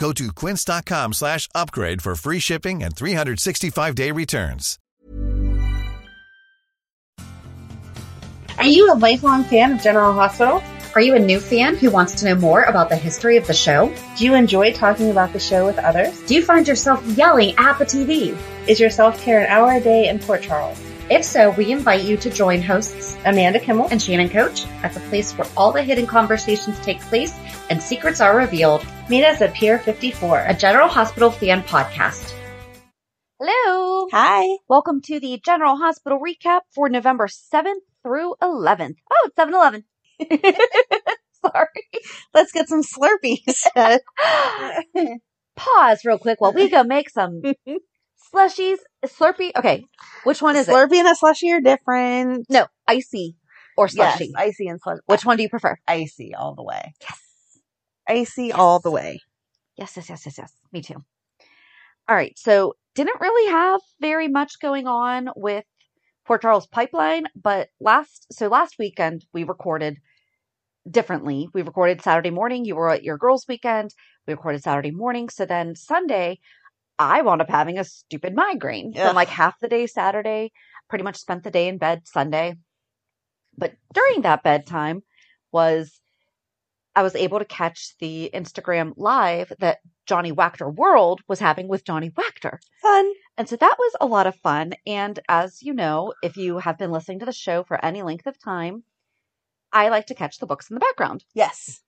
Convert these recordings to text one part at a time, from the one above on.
Go to quince.com slash upgrade for free shipping and 365-day returns. Are you a lifelong fan of General Hospital? Are you a new fan who wants to know more about the history of the show? Do you enjoy talking about the show with others? Do you find yourself yelling at the TV? Is your self care an hour a day in Port Charles? If so, we invite you to join hosts Amanda Kimmel and Shannon Coach at the place where all the hidden conversations take place and secrets are revealed, meet us at Pier 54. a General Hospital fan podcast. Hello. Hi. Welcome to the General Hospital recap for November 7th through 11th. Oh, it's 7-Eleven. Sorry. Let's get some Slurpees. Pause real quick while we go make some slushies. Slurpee. Okay. Which one is Slurpee and a slushy are different. it? No, icy or slushy. Yes, icy and slushy. Which one do you prefer? Icy all the way. Yes. Icy all the way. Yes, yes, yes, yes, yes. Me too. All right. So didn't really have very much going on with Port Charles Pipeline, but last so last weekend we recorded differently. We recorded Saturday morning. You were at your girls' weekend. We recorded Saturday morning. So then Sunday, I wound up having a stupid migraine. So I'm Ugh. like half the day Saturday, pretty much spent the day in bed Sunday. But during that bedtime was I was able to catch the Instagram live that Johnny Wachter World was having with Johnny Wachter. Fun. And so that was a lot of fun. And as you know, if you have been listening to the show for any length of time, I like to catch the books in the background. Yes.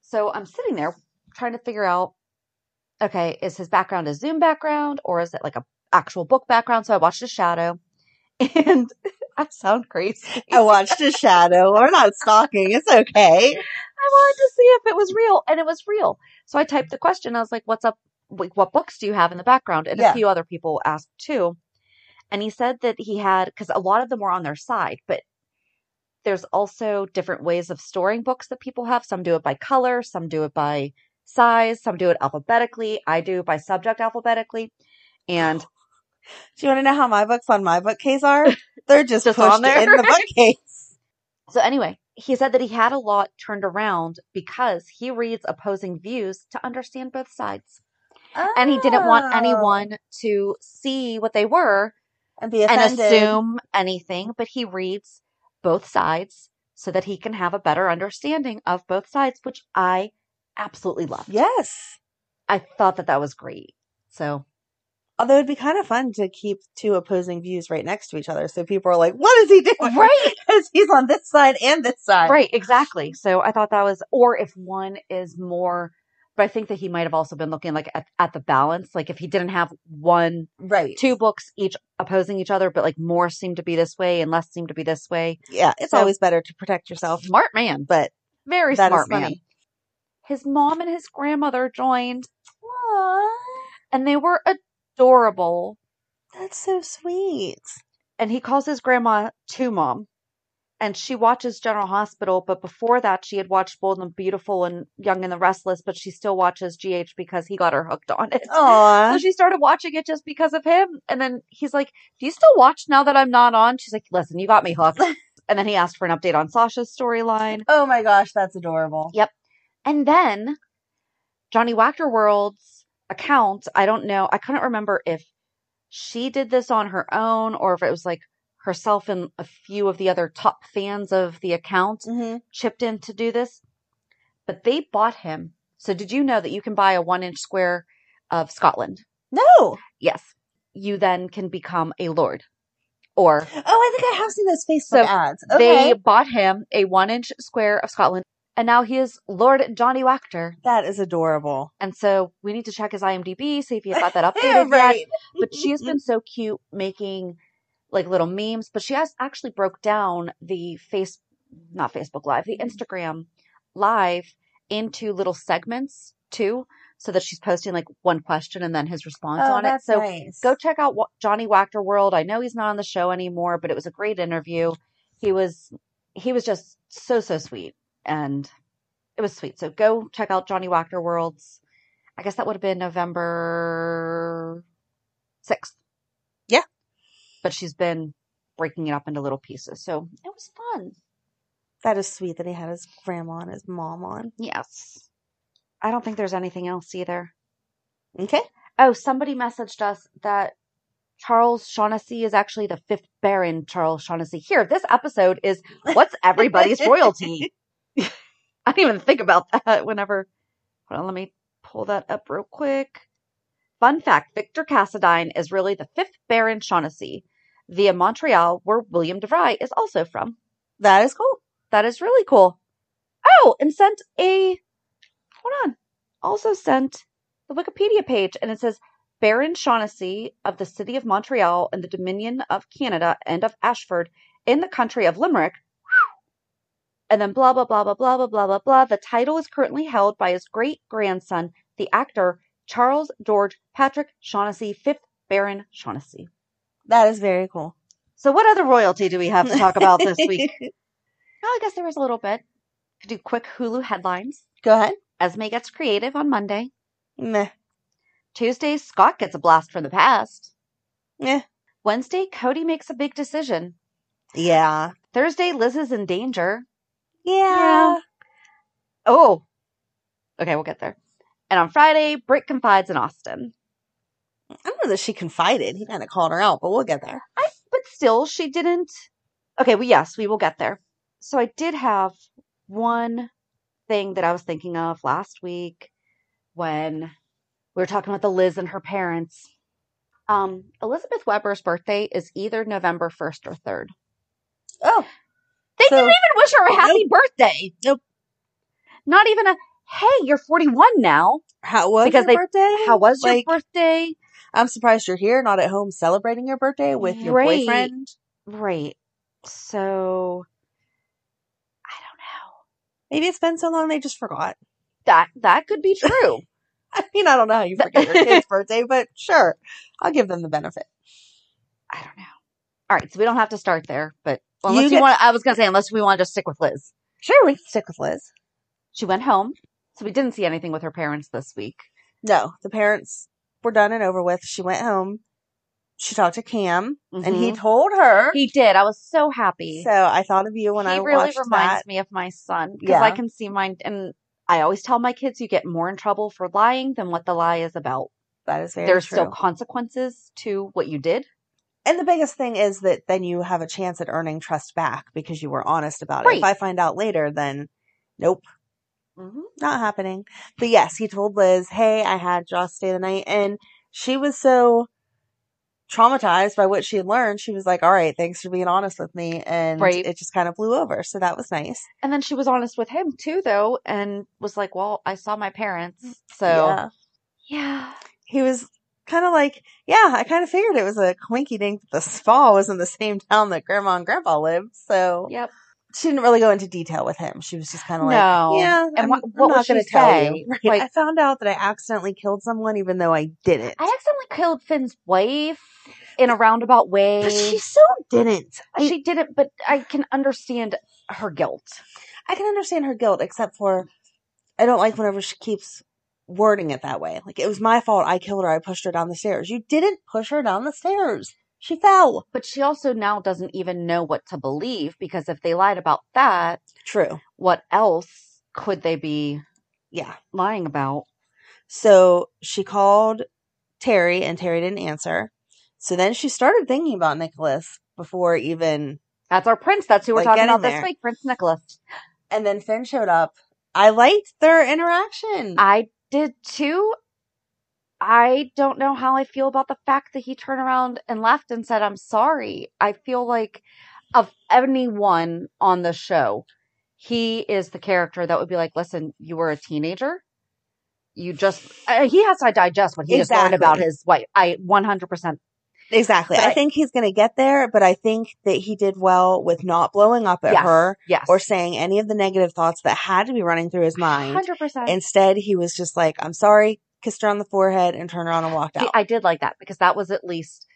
So I'm sitting there trying to figure out okay, is his background a Zoom background or is it like a actual book background? So I watched a shadow and I sound crazy. I watched a shadow. We're not stalking. It's okay. I wanted to see if it was real, and it was real. So I typed the question. I was like, "What's up? Like, what books do you have in the background?" And a Yeah. few other people asked too. And he said that he had because a lot of them were on their side, but there's also different ways of storing books that people have. Some do it by color, some do it by size, some do it alphabetically. I do it by subject alphabetically, and Do you want to know how my books on my bookcase are? They're just, Just pushed on there. in the bookcase. So anyway, he said that he had a lot turned around because he reads opposing views to understand both sides. And he didn't want Oh. anyone to see what they were and be and offended. assume anything, but he reads both sides so that he can have a better understanding of both sides, which I absolutely love. Yes. I thought that that was great. So Although it'd be kind of fun to keep two opposing views right next to each other. So people are like, what is he doing? Right. Because he's on this side and this side. Right, exactly. So I thought that was, or if one is more, but I think that he might have also been looking like at, at the balance. Like if he didn't have one, Right. two books each opposing each other, but like more seemed to be this way and less seemed to be this way. Yeah. It's So- always better to protect yourself. Smart man, But very That is smart man. funny. His mom and his grandmother joined, and they were adorable. that's so sweet. And he calls his grandma two mom. and she watches General Hospital. But before that, she had watched Bold and Beautiful and Young and the Restless, but she still watches GH because he got her hooked on it. Aw. So she started watching it just because of him. And then he's like, Do you still watch now that I'm not on? She's like, Listen, you got me hooked. and then he asked for an update on Sasha's storyline. Oh my gosh, that's adorable. And then Johnny Wackerworld's account, I don't know, I couldn't remember if she did this on her own or if it was like herself and a few of the other top fans of the account hmm chipped in to do this. But they bought him. So did you know that you can buy a one inch square of Scotland? No. Oh, Yes. You then can become a lord. Or Oh, I think I have seen those So Facebook ads. Okay. they bought him a one inch square of Scotland. And now he is Lord Johnny Wachter. That is adorable. And so we need to check his IMDb, see if he's got that updated yet. But she has Mm-hmm. been so cute making like little memes. But she has actually broke down the face, not Facebook Live, the Mm-hmm. Instagram Live into little segments too, so that she's posting like one question and then his response oh, on it. that's So nice. go check out Wa- Johnny Wachter World. I know he's not on the show anymore, but it was a great interview. He was he was just so so sweet, and it was sweet. So go check out Johnny Wachter World's. I guess that would have been November sixth. Yeah. but she's been breaking it up into little pieces, so it was fun. that is sweet that he had his grandma and his mom on. Yes, I don't think there's anything else either. Okay. Oh, somebody messaged us that Charles Shaughnessy is actually the fifth Baron Charles Shaughnessy. Here, this episode is what's everybody's royalty? I didn't even think about that whenever. Hold on, let me pull that up real quick. Fun fact Victor Cassadine is really the fifth Baron Shaughnessy via Montreal, where William DeVry is also from. That is cool. That is really cool. Oh, and sent a hold on. Also sent the Wikipedia page and it says Baron Shaughnessy of the city of Montreal and the Dominion of Canada and of Ashford in the country of Limerick. And then blah blah blah blah blah blah blah blah blah. The title is currently held by his great grandson, the actor Charles George Patrick Shaughnessy, fifth Baron Shaughnessy. That is very cool. So what other royalty do we have to talk about this week? Oh, I guess there was a little bit. Could do quick Hulu headlines. Go ahead. Esme gets creative on Monday. Meh. Tuesday, Scott gets a blast from the past. Eh. Meh. Wednesday, Cody makes a big decision. Yeah. Thursday, Liz is in danger. Yeah. Oh, okay, we'll get there. And on Friday, Britt confides in Austin. I don't know that she confided. He kind of called her out, but we'll get there. I, but still, she didn't. Okay, well, yes, we will get there. So I did have one thing that I was thinking of last week when we were talking about the Liz and her parents. Um, Elizabeth Weber's birthday is either November 1st or 3rd. Oh, They So- didn't even wish her a happy birthday. Nope. Not even a, hey, you're 41 now. how was Because your they- birthday? How was Like, your birthday? I'm surprised you're here, not at home celebrating your birthday with your Right. boyfriend. Right. So, I don't know. Maybe it's been so long they just forgot. That, that could be true. I mean, I don't know how you forget your kid's birthday, but sure, I'll give them the benefit. I don't know. All right, so we don't have to start there, but well, unless You you, get- want, I was gonna say unless we want to just stick with Liz. Sure, we can stick with Liz. She went home, so we didn't see anything with her parents this week. No, the parents were done and over with. She went home. She talked to Cam, and Mm-hmm. he told her. He did. I was so happy. so I thought of you when he I really watched reminds that. me of my son because Yeah. I can see mine, and I always tell my kids, you get more in trouble for lying than what the lie is about. That is very There's true. still consequences to what you did. And the biggest thing is that then you have a chance at earning trust back because you were honest about it. If Right. I find out later, then nope, Mm-hmm. not happening. But yes, he told Liz, hey, I had Joss stay the night. And she was so traumatized by what she had learned. She was like, all right, thanks for being honest with me. And Right. it just kind of blew over. So that was nice. And then she was honest with him too, though, and was like, "Well, I saw my parents, so Yeah. yeah. He was kind of like, yeah, I kind of figured it was a quinky dink that the spa was in the same town that grandma and grandpa lived. So yep." she didn't really go into detail with him. She was just kind of No. like, yeah, And I'm, what- I'm what would not going she to tell say? you. Right. Like- I found out that I accidentally killed someone, even though I didn't. I accidentally killed Finn's wife. in a roundabout way. But she still didn't. I, she did it, but I can understand her guilt. I can understand her guilt, except for I don't like whenever she keeps wording it that way. Like, it was my fault. I killed her. I pushed her down the stairs. You didn't push her down the stairs. She fell. But she also now doesn't even know what to believe because if they lied about that, True. what else could they be Yeah. lying about? So she called Terry and Terry didn't answer. So then she started thinking about Nicholas before even. That's our prince. That's who we're Like, talking get in about this there. week, Prince Nicholas. And then Finn showed up. I liked their interaction. I did too. I don't know how I feel about the fact that he turned around and left and said, I'm sorry. I feel like, of anyone on the show, he is the character that would be like, listen, you were a teenager. You just, uh, he has to digest what he just learned Exactly. about his wife. I 100% exactly. but I I- think he's going to get there, but I think that he did well with not blowing up at yes, her Yes. or saying any of the negative thoughts that had to be running through his mind. 100%. Instead, he was just like, I'm sorry, kissed her on the forehead and turned around and walked See, out. I did like that because that was at least,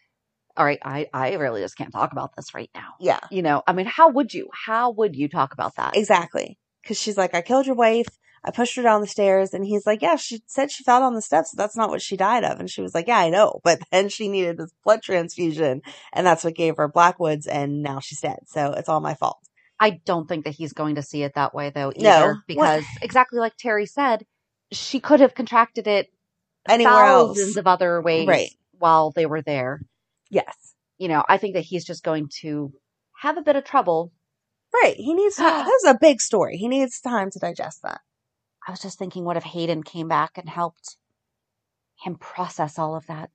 all right, I, I really just can't talk about this right now. yeah, You know, I mean, how would you? How would you talk about that? exactly. Because she's like, I killed your wife. I pushed her down the stairs. And he's like, Yeah, she said she fell down the steps. that's not what she died of. And she was like, Yeah, I know. But then she needed this blood transfusion. And that's what gave her Blackwoods. And now she's dead. So it's all my fault. I don't think that he's going to see it that way, though, either. No. What- Because exactly like Terry said, she could have contracted it Anywhere else. thousands of other ways Right. while they were there. Yes. You know, I think that he's just going to have a bit of trouble. Right. He needs time. This is a big story. He needs time to digest that. I was just thinking, what if Hayden came back and helped him process all of that?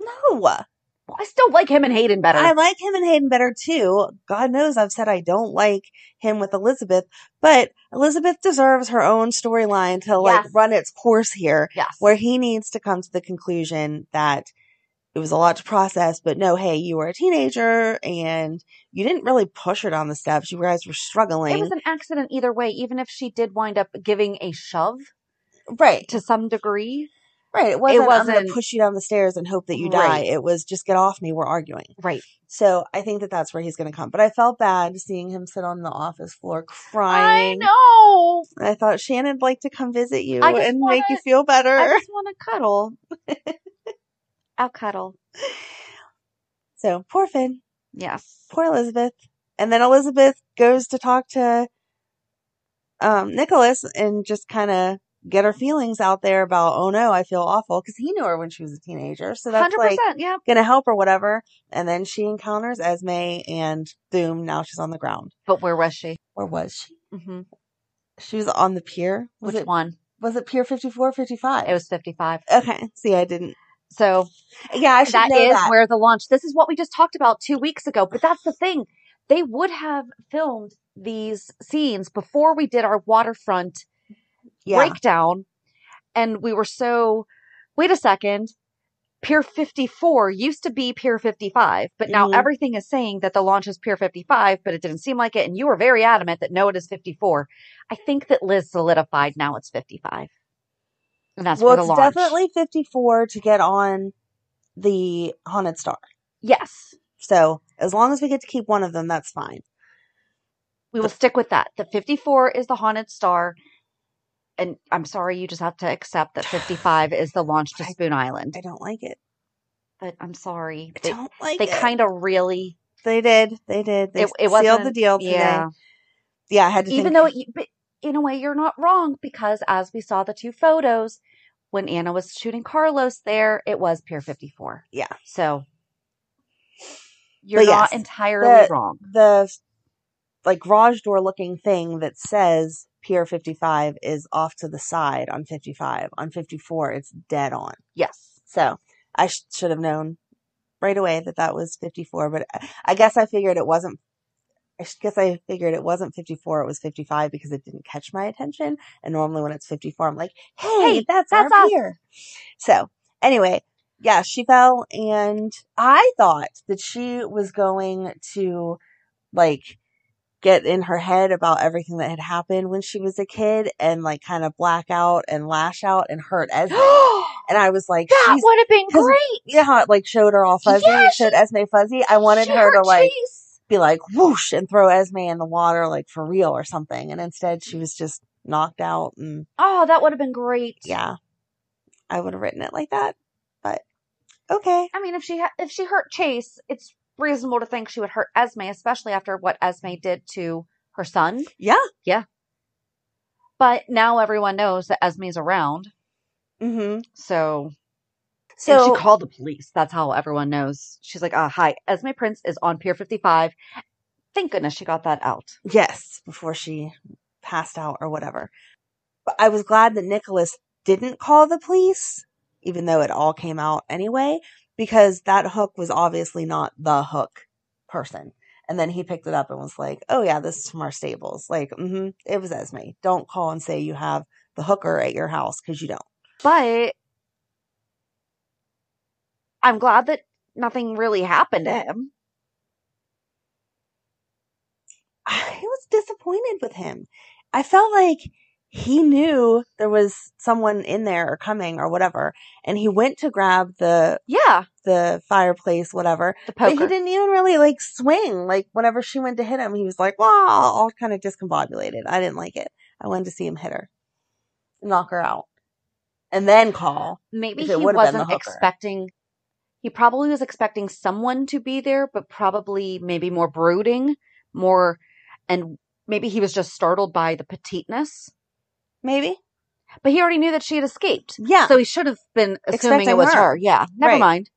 No. Well, I still like him and Hayden better. I like him and Hayden better too. God knows I've said I don't like him with Elizabeth, but Elizabeth deserves her own storyline to like Yes. run its course here, yes. where he needs to come to the conclusion that it was a lot to process, but no, hey, you were a teenager and you didn't really push her down the steps. You guys were struggling. It was an accident either way, even if she did wind up giving a shove right. to some degree. Right. It wasn't, I'm going wasn't- to push you down the stairs and hope that you die. Right. It was just get off me. We're arguing. Right. So I think that that's where he's going to come. But I felt bad seeing him sit on the office floor I crying. know. And I thought Shannon'd like to come visit you I just and make you wanna- feel better. I just want to cuddle. I'll cuddle. so poor Finn, Yes. poor Elizabeth. And then Elizabeth goes to talk to um, Nicholas and just kind of get her feelings out there about, oh no, I feel awful because he knew her when she was a teenager. So that's 100%. like yeah. gonna help or whatever. And then she encounters Esme and boom, now she's on the ground. But where was she? Where was she? hmm She was on the pier. Was Which it one? was it pier 54 55? It was 55. okay. See, I didn't. So Yeah, I should that know is that. where the launch. This is what we just talked about two weeks ago. But that's the thing. They would have filmed these scenes before we did our waterfront yeah. breakdown and we were so wait a second pier 54 used to be pier 55 but now Mhm. everything is saying that the launch is pier 55 but it didn't seem like it and you were very adamant that no it is 54 i think that liz solidified now it's 55 and that's well, where the it's launch definitely 54 to get on the Haunted Star. yes So as long as we get to keep one of them, that's fine. we will stick with that the 54 is the haunted star and i'm sorry you just have to accept that 55 is the launch to I- spoon island I don't like it. but i'm sorry I they, don't like they it. kind of really They did. They did. They it, it sealed wasn't the deal today. yeah Yeah, yeah I had to even think- though it, but in a way you're not wrong because as we saw the two photos when anna was shooting carlos there it was pier 54 Yeah. so you're But not yes, entirely the- wrong the like garage door looking thing that says Pier 55 is off to the side on 55. On 54, it's dead on. yes So I sh- should have known right away that that was 54, but I- I guess I figured it wasn't. I sh- guess I figured it wasn't 54, it was 55 because it didn't catch my attention. And normally when it's 54, I'm like, hey, Hey, that's, that's our us. pier. So anyway, yeah, she fell and I thought that she was going to like get in her head about everything that had happened when she was a kid and like kind of black out and lash out and hurt Esme. that and I was like, she's, would have been 'cause- great. you know how it like showed her all fuzzy? Yeah, it showed Esme fuzzy. I wanted Shit, her to like jeez. be like whoosh and throw Esme in the water like for real or something. And instead she was just knocked out and Oh, that would have been great. yeah. I would have written it like that. But okay. I mean, if she ha- if she hurt Chase, it's reasonable to think she would hurt Esme, especially after what Esme did to her son. Yeah. But now everyone knows that Esme's around, Mm-hmm. so and So she called the police. That's how everyone knows. She's like, "Ah, hi, Esme Prince is on Pier 55." Thank goodness she got that out. yes, before she passed out or whatever. But I was glad that Nicholas didn't call the police, even though it all came out anyway, because that hook was obviously not the hook person. And then he picked it up and was like, "Oh yeah, this is from our stables. Like, mm-hmm, it was Esme. Don't call and say you have the hooker at your house because you don't." But I'm glad that nothing really happened to him. I was disappointed with him. I felt like he knew there was someone in there or coming or whatever, and he went to grab the Yeah, the fireplace, whatever. the But poker. he didn't even really like swing. Like whenever she went to hit him, he was like, "Wow!" all kind of discombobulated. I didn't like it. I wanted to see him hit her, knock her out, and then call. Maybe if he it would've been the wasn't hooker. expecting. He probably was expecting someone to be there, but probably maybe more brooding, more, and maybe he was just startled by the petiteness. Maybe. But he already knew that she had escaped. Yeah. So he should have been assuming Expecting it was her. her. Yeah. Never Right. mind.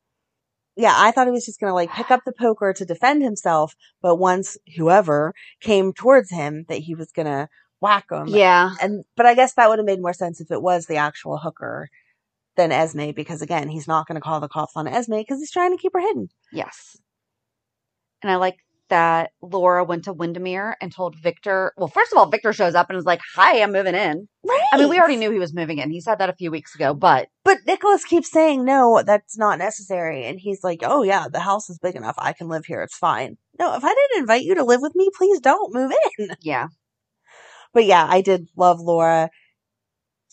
yeah, I thought he was just going to like pick up the poker to defend himself. But once whoever came towards him, that he was going to whack him. Yeah. And, but I guess that would have made more sense if it was the actual hooker than Esme, because again, he's not going to call the cops on Esme because he's trying to keep her hidden. Yes. And I like that Laura went to Windermere and told Victor. Well, first of all, Victor shows up and was like, Hi, I'm moving in. Right. I mean, we already knew he was moving in. He said that a few weeks ago, but But Nicholas keeps saying, no, that's not necessary. And he's like, oh, yeah, the house is big enough. I can live here. It's fine. No, if I didn't invite you to live with me, please don't move in. yeah. But yeah, I did love Laura.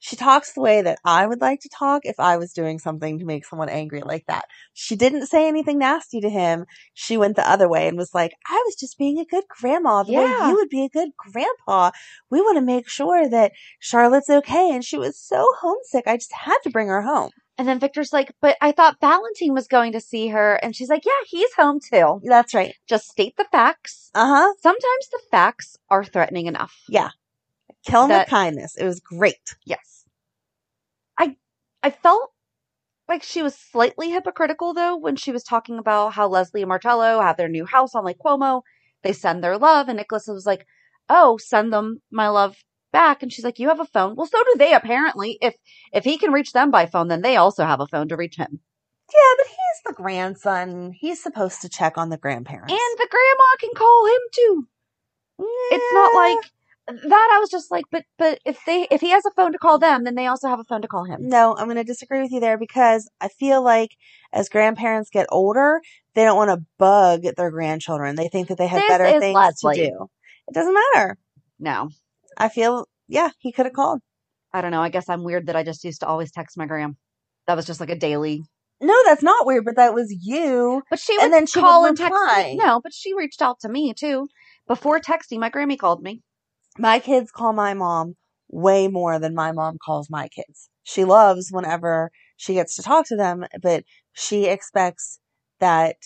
She talks the way that I would like to talk if I was doing something to make someone angry like that. She didn't say anything nasty to him. She went the other way and was like, I was just being a good grandma the way Yeah. you would be a good grandpa. We want to make sure that Charlotte's okay. And she was so homesick. I just had to bring her home. And then Victor's like, But I thought Valentine was going to see her. And she's like, Yeah, he's home too. That's right. Just state the facts. Uh huh. Sometimes the facts are threatening enough. Kill him That- with kindness. It was great. Yes. I I felt like she was slightly hypocritical though when she was talking about how Leslie and Marcello have their new house on Lake Cuomo. They send their love and Nicholas was like, "Oh, send them my love back." And she's like, "You have a phone." Well, so do they apparently. If if he can reach them by phone, then they also have a phone to reach him. Yeah, but he's the grandson. He's supposed to check on the grandparents. And the grandma can call him too. It's not Yeah. like that I was just like, "But but if they if he has a phone to call them, then they also have a phone to call him." No, I'm going to disagree with you there because I feel like as grandparents get older, they don't want to bug their grandchildren. They think that they have This better is things Leslie. to do. It doesn't matter. No. I feel, yeah, he could have called. I don't know. I guess I'm weird that I just used to always text my gram. That was just like a daily. No, that's not weird, but that was you. But she And would then she would call and text reply. me. No, but she reached out to me too. Before texting, my Grammy called me. My kids call my mom way more than my mom calls my kids. She loves whenever she gets to talk to them, but she expects that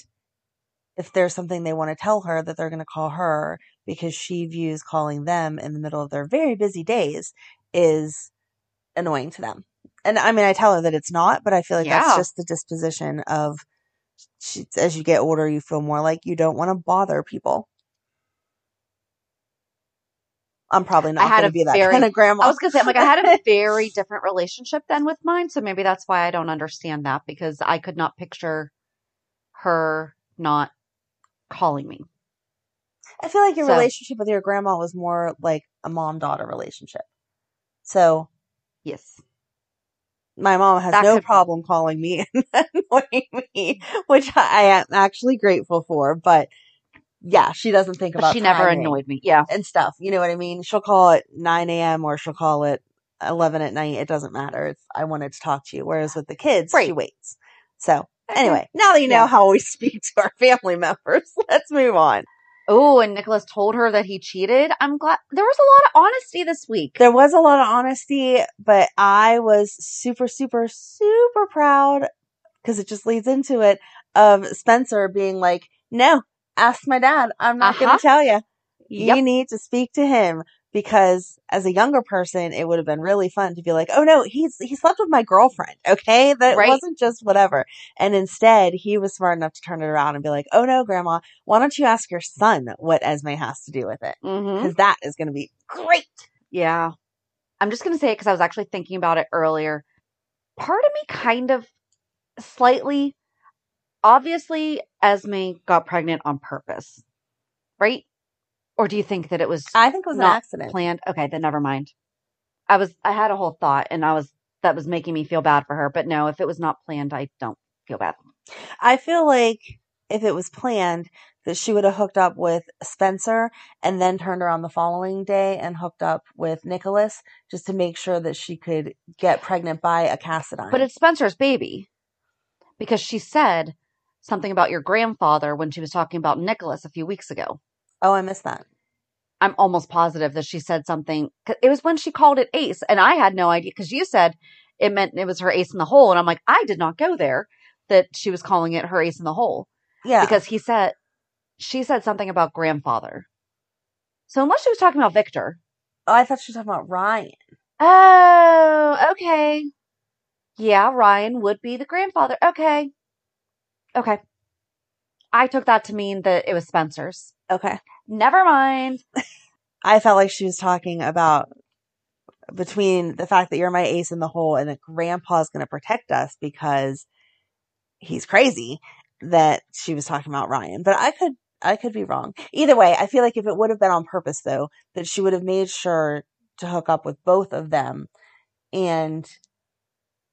if there's something they want to tell her that they're going to call her because she views calling them in the middle of their very busy days is annoying to them. And I mean, I tell her that it's not, but I feel like that's Yeah. just the disposition of she, as you get older, you feel more like you don't want to bother people. I'm probably I not had going a to be that very- kind of grandma. I was gonna say, I'm like, I had a very different relationship then with mine, so maybe that's why I don't understand that because I could not picture her not calling me. I feel like your So- relationship with your grandma was more like a mom daughter relationship. So Yes, my mom has That no could be. problem calling me and annoying me, which I am actually grateful for. But yeah, she doesn't think But about she never timing annoyed me. Yeah. and stuff. You know what I mean? She'll call it 9 a.m. or she'll call it 11 at night. It doesn't matter. It's, I wanted to talk to you. Whereas with the kids, she Right. waits. So Okay. anyway, now that you know Yeah. how we speak to our family members, let's move on. Oh, and Nicholas told her that he cheated. I'm glad there was a lot of honesty this week. There was a lot of honesty, but I was super, super, super proud because it just leads into it of Spencer being like, no, ask my dad. I'm not going Uh-huh. to tell you. Yep. you need to speak to him because as a younger person it would have been really fun to be like oh no he's he slept with my girlfriend okay that Right. wasn't just whatever and instead he was smart enough to turn it around and be like oh no grandma why don't you ask your son what esme has to do with it Mm-hmm. because that is going to be great Yeah. I'm just going to say it because I was actually thinking about it earlier. Part of me kind of slightly, obviously, Esme got pregnant on purpose, right? Or do you think that it was i think it was an Not accident planned? Okay, then never mind. I was, I had a whole thought and I was, that was making me feel bad for her. But no, if it was not planned, I don't feel bad. I feel like if it was planned, that she would have hooked up with Spencer and then turned around the following day and hooked up with Nicholas just to make sure that she could get pregnant by a Cassidine. But it's Spencer's baby because she said something about your grandfather when she was talking about Nicholas a few weeks ago. oh, I missed that. I'm almost positive that she said something. 'cause It was when she called it ace, and I had no idea because you said it meant it was her ace in the hole, and I'm like, I did not go there. That she was calling it her ace in the hole Yeah, because he said she said something about grandfather. So unless she was talking about Victor, oh, I thought she was talking about Ryan. oh, okay, yeah, Ryan would be the grandfather. Okay, okay, I took that to mean that it was Spencer's. Okay, Never mind. I felt like she was talking about between the fact that you're my ace in the hole and that Grandpa's going to protect us because he's crazy. That she was talking about Ryan, but I could I could be wrong. Either way, I feel like if it would have been on purpose though, that she would have made sure to hook up with both of them and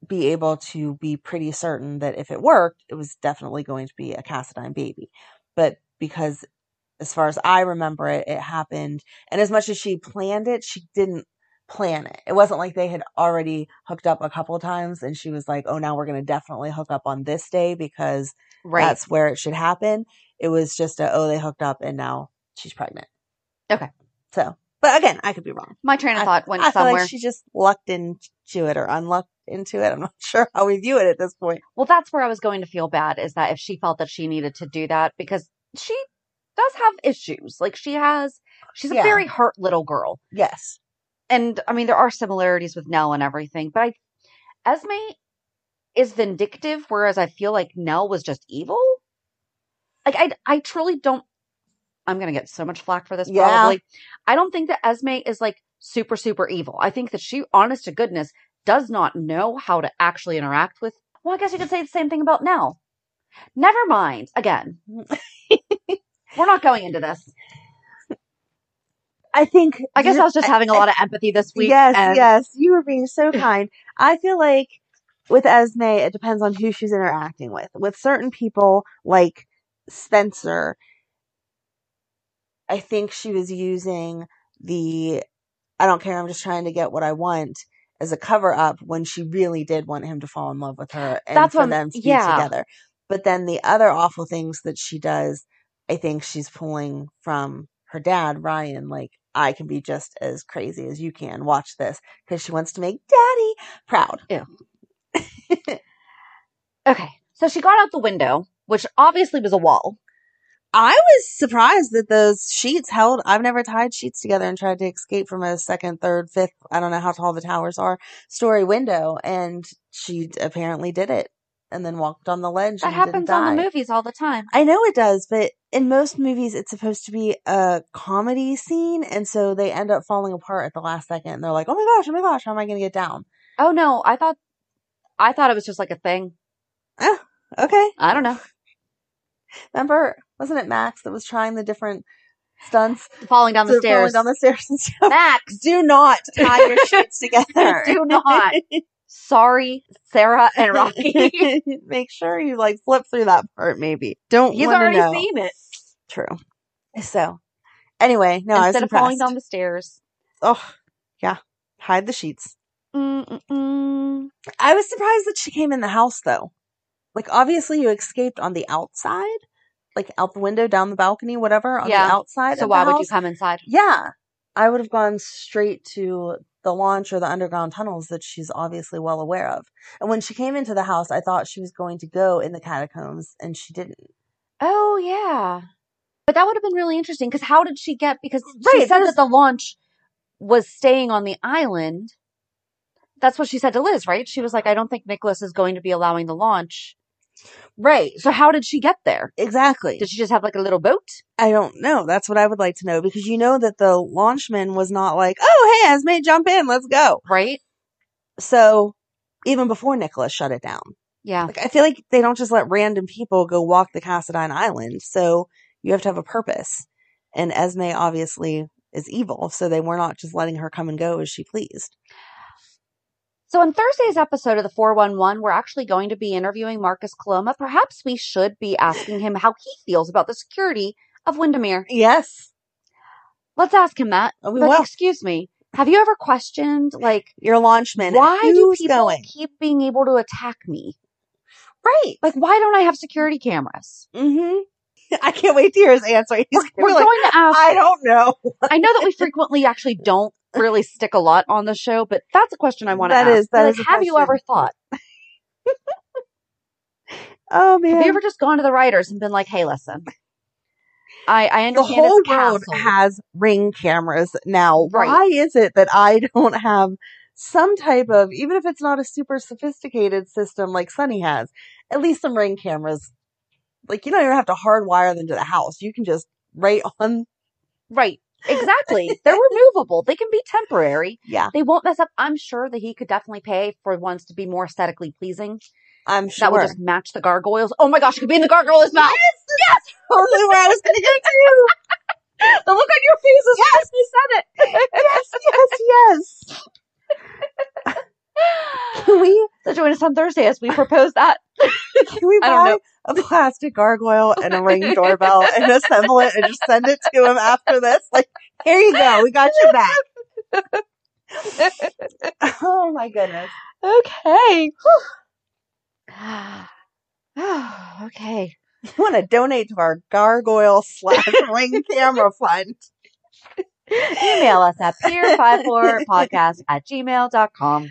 be able to be pretty certain that if it worked, it was definitely going to be a Cassidine baby. But because as far as I remember it, it happened and as much as she planned it, she didn't plan it. It wasn't like they had already hooked up a couple times and she was like, Oh now we're gonna definitely hook up on this day because Right. that's where it should happen. It was just a oh they hooked up and now she's pregnant. Okay. So, but again, I could be wrong. My train of thought went I feel somewhere. like she just lucked into it or unlucked into it. I'm not sure how we view it at this point. Well, that's where I was going to feel bad is that if she felt that she needed to do that because she does have issues. Like she has, she's a Yeah. very hurt little girl. Yes. And I mean, there are similarities with Nell and everything, but I, Esme is vindictive, whereas I feel like Nell was just evil. Like I, I truly don't, I'm going to get so much flack for this Yeah. probably. I don't think that Esme is like super, super evil. I think that she, honest to goodness, does not know how to actually interact with. Well, I guess you could say the same thing about Nell. Never mind. Again, we're not going into this. I think I guess I was just having a lot of empathy this week. Yes, and- yes. You were being so kind. I feel like with Esme, it depends on who she's interacting with. With certain people like Spencer, I think she was using the I don't care, I'm just trying to get what I want as a cover up when she really did want him to fall in love with her and That's for what I'm- them to yeah. be together. But then the other awful things that she does, I think she's pulling from her dad, Ryan, like, I can be just as crazy as you can. Watch this. Because she wants to make daddy proud. Okay. So she got out the window, which obviously was a wall. I was surprised that those sheets held. I've never tied sheets together and tried to escape from a second, third, fifth, I don't know how tall the towers are, story window. And she d- apparently did it and then walked on the ledge. That and happens didn't die. on the movies all the time. I know it does, but in most movies, it's supposed to be a comedy scene. And so they end up falling apart at the last second. And they're like, oh my gosh, oh my gosh, how am I going to get down? Oh no, I thought I thought it was just like a thing. Okay. I don't know. Remember, wasn't it Max that was trying the different stunts Falling down the to falling stairs. down the stairs and stuff? Max, do not tie your sheets together. Do not. sorry, Sarah and Rocky. Make sure you like flip through that part. Maybe don't You've want already to know. seen it. True. So, anyway, no, I was Instead of falling impressed. down the stairs. oh, yeah, hide the sheets. Mm, Mm-mm-mm. I was surprised that she came in the house though. Like obviously you escaped on the outside, like out the window, down the balcony, whatever, on Yeah. the outside. So of why the would you house. come inside? Yeah, I would have gone straight to the launch or the underground tunnels that she's obviously well aware of. And when she came into the house, I thought she was going to go in the catacombs, and she didn't. Oh yeah, but that would have been really interesting because how did she get? Because she Right, said there's- that the launch was staying on the island. That's what she said to Liz, right? She was like, "I don't think Nicholas is going to be allowing the launch." Right. So how did she get there? Exactly. Did she just have like a little boat? I don't know. That's what I would like to know because you know that the launchman was not like, "Oh, hey, Esme, jump in, let's go." Right? So even before Nicholas shut it down, Yeah. like I feel like they don't just let random people go walk the Cassadine Island. So you have to have a purpose, and Esme obviously is evil, so they were not just letting her come and go as she pleased. So on Thursday's episode of the 411, we're actually going to be interviewing Marcus Coloma. Perhaps we should be asking him how he feels about the security of Windermere. Yes, Let's ask him that. Oh, we but will. excuse me, have you ever questioned like your launchman. why do who's people going? keep being able to attack me? Right. Like why don't I have security cameras? Mm-hmm. I can't wait to hear his answer. He's gonna be We're like, going to ask I don't know. I know that we frequently actually don't really stick a lot on the show, but that's a question I want to That ask. is- that Like, is a have you question. ever thought? Oh man. Have you ever just gone to the writers and been like, "Hey, listen, I I the understand whole it's a world castle. has ring cameras now. Right. Why is it that I don't have some type of, even if it's not a super sophisticated system like Sunny has, at least some ring cameras? Like, you don't even have to hardwire them to the house. You can just right on. right, exactly. They're removable. They can be temporary. Yeah, They won't mess up. I'm sure that he could definitely pay for ones to be more aesthetically pleasing. I'm That would sure. just match the gargoyles. Oh my gosh, it could be in the gargoyle's mouth. Yes, Oh, totally where I was going to go to. the look on your face is yes, you said it. Yes, yes, yes. Can we, So join us on Thursday as we propose that. can we I don't buy a plastic gargoyle and a ring doorbell and assemble it and just send it to him after this? Like, here you go. We got your back. Oh my goodness. okay. okay. You want to donate to our gargoyle slash ring camera fund. Email us at peer54podcast at gmail.com.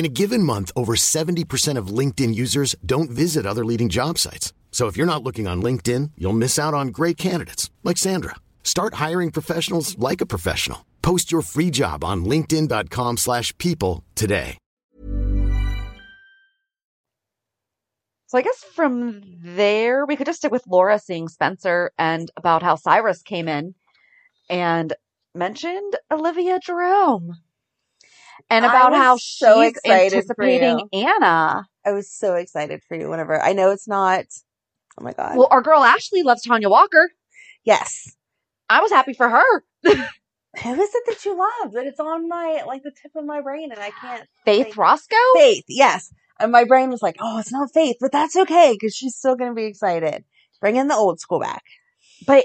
In a given month, over 70% of LinkedIn users don't visit other leading job sites. So if you're not looking on LinkedIn, you'll miss out on great candidates like Sandra. Start hiring professionals like a professional. Post your free job on linkedin.com/people slash people today. So I guess from there, we could just stick with Laura seeing Spencer and about how Cyrus came in and mentioned Olivia Jerome and I about was how so she's excited for anticipating Anna. I was so excited for you whenever I know it's not oh my god. Well, our girl Ashley loves Tanya Walker. yes. I was happy for her. Who is it that you love? That it's on my like the tip of my brain and I can't Faith Faith. Roscoe? Faith, yes. And my brain was like, Oh, it's not Faith, but that's okay, because she's still gonna be excited. Bring in the old school back. But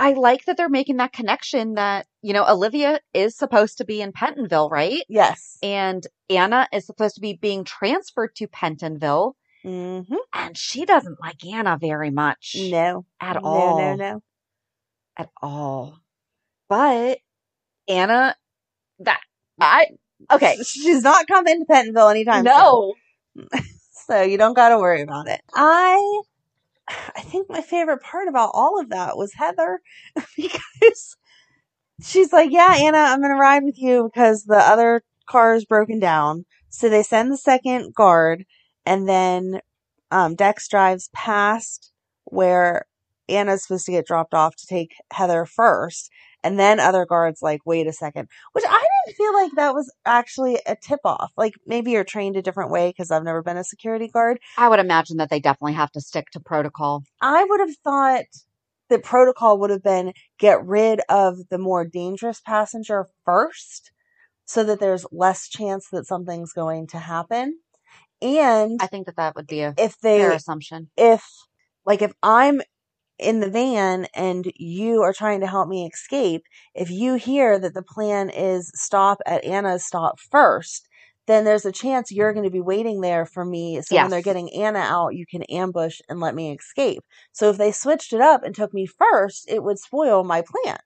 I like that they're making that connection that, you know, Olivia is supposed to be in Pentonville, right? Yes. And Anna is supposed to be being transferred to Pentonville, hmm and she doesn't like Anna very much No. at no, all. No, no. At all. But Anna, that I okay, She's not coming to Pentonville anytime soon. no, so you don't got to worry about it. I I think my favorite part about all of that was Heather because she's like, "Yeah, Anna, I'm going to ride with you because the other car is broken down." So they send the second guard and then um, Dex drives past where Anna's supposed to get dropped off to take Heather first. And then other guards like, wait a second, which I didn't feel like that was actually a tip off. Like maybe you're trained a different way because I've never been a security guard. I would imagine that they definitely have to stick to protocol. I would have thought that protocol would have been get rid of the more dangerous passenger first so that there's less chance that something's going to happen. And I think that that would be a if they fair assumption. if like if I'm in the van and you are trying to help me escape, if you hear that the plan is stop at Anna's stop first, then there's a chance you're going to be waiting there for me. So when Yes. they're getting Anna out, you can ambush and let me escape. So if they switched it up and took me first, it would spoil my plan.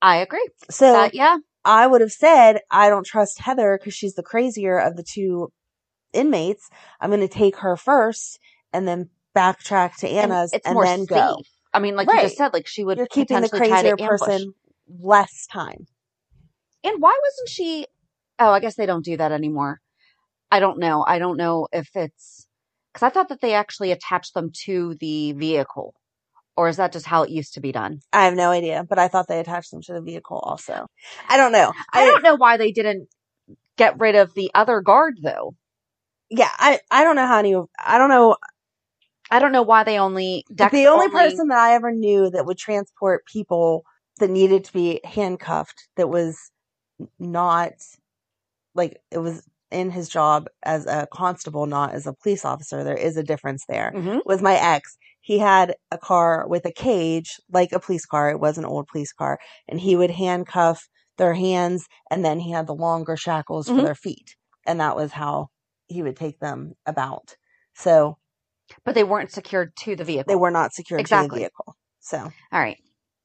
I agree. So That- yeah, I would have said, I don't trust Heather because she's the crazier of the two inmates. I'm going to take her first and then backtrack to And Anna's and, then go. I mean, like you Right. just said, like she would You're keeping the potentially try to crazier ambush. person less time. And why wasn't she? Oh, I guess they don't do that anymore. I don't know. I don't know if it's because I thought that they actually attached them to the vehicle, or is that just how it used to be done? I have no idea, but I thought they attached them to the vehicle also. I don't know. I, don't know why they didn't get rid of the other guard though. Yeah, I, I don't know how any, I don't know. I don't know why they only. Dex the only person that I ever knew that would transport people that needed to be handcuffed that was not like it was in his job as a constable, not as a police officer. There is a difference there. Mhm. With my ex, he had a car with a cage, like a police car. It was an old police car, and he would handcuff their hands, and then he had the longer shackles for Mhm. their feet, and that was how he would take them about. So but they weren't secured to the vehicle. they were not secured to the Exactly. vehicle. So All right.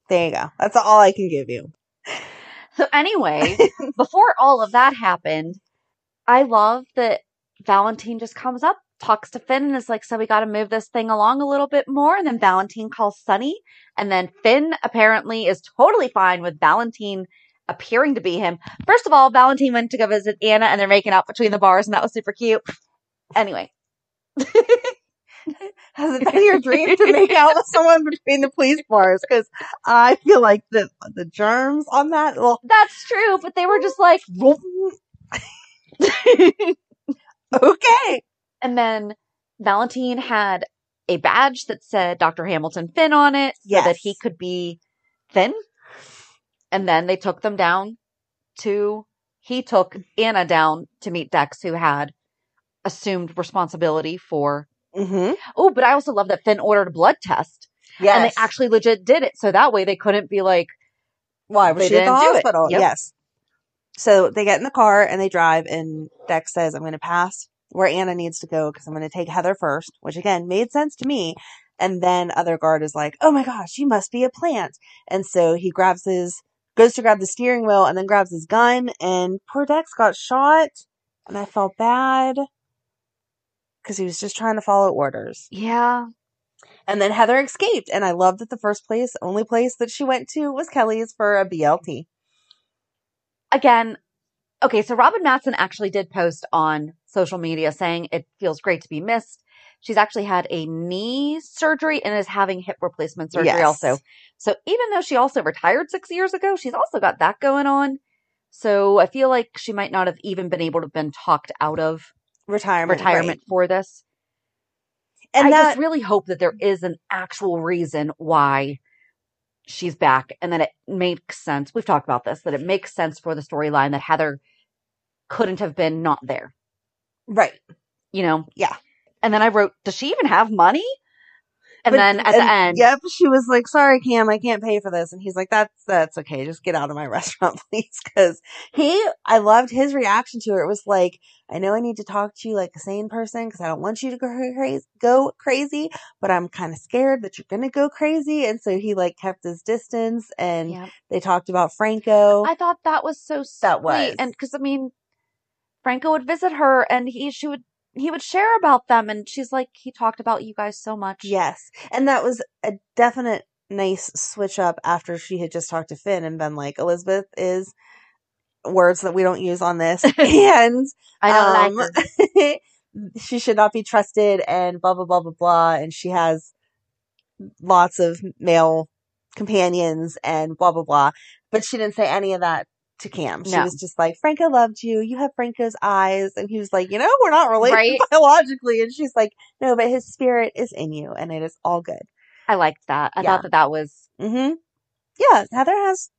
there you go. That's all I can give you. So anyway, before all of that happened, I love that Valentine just comes up, talks to Finn, and is like, "So we got to move this thing along a little bit more." And then Valentine calls Sunny, and then Finn apparently is totally fine with Valentine appearing to be him. First of all, Valentine went to go visit Anna, and they're making out between the bars, and that was super cute. Anyway, Has it been your dream to make out with someone between the police bars? Because I feel like the the germs on that. Well, that's true, but they were just like, okay. and then Valentine had a badge that said Dr. Hamilton Finn on it Yes. so that he could be Finn. And then they took them down to, he took Anna down to meet Dex, who had assumed responsibility for. Mm-hmm. Oh, but I also love that Finn ordered a blood test. Yes. And they actually legit did it. So that way they couldn't be like, Why was they she at the didn't do it. hospital? Yep. Yes. So they get in the car and they drive, and Dex says, "I'm going to pass where Anna needs to go because I'm going to take Heather first, which again made sense to me. And then other guard is like, "Oh my gosh, you must be a plant!" And so he grabs his goes to grab the steering wheel and then grabs his gun, and poor Dex got shot, and I felt bad because he was just trying to follow orders. yeah, And then Heather escaped, and I loved that the first place, only place that she went to was Kelly's for a BLT. again, okay, so Robin Matson actually did post on social media saying it feels great to be missed. She's actually had a knee surgery and is having hip replacement surgery Yes. also. So even though she also retired six years ago, she's also got that going on. So I feel like she might not have even been able to have been talked out of retirement. retirement for this. right. And I that just really hope that there is an actual reason why she's back and that it makes sense. We've talked about this, that it makes sense for the storyline that Heather couldn't have been not there, right. you know? Yeah. And then I wrote, does she even have money? And But- then at the end, Yep, she was like, "Sorry, Cam, I can't pay for this." And he's like, "That's that's okay. Just get out of my restaurant, please." Cuz he I loved his reaction to her. It was like, "I know I need to talk to you like a sane person cuz I don't want you to go crazy, go crazy, but I'm kind of scared that you're going to go crazy." And so he like kept his distance and Yeah. they talked about Franco. I thought that was so sweet. That was. And because I mean, Franco would visit her and he, she would he would share about them and she's like he talked about you guys so much Yes. And that was a definite nice switch up after she had just talked to Finn and been like, Elizabeth is words that we don't use on this. and i don't um, like her. she should not be trusted and blah, blah, blah, blah, blah. And she has lots of male companions and blah, blah, blah. But she didn't say any of that to Cam. She No. was just like, Franco loved you. You have Franco's eyes. And he was like, you know, we're not related Right. biologically. And she's like, no, but his spirit is in you and it is all good. i liked that i Yeah. thought that that was Mm-hmm. Yeah, Heather has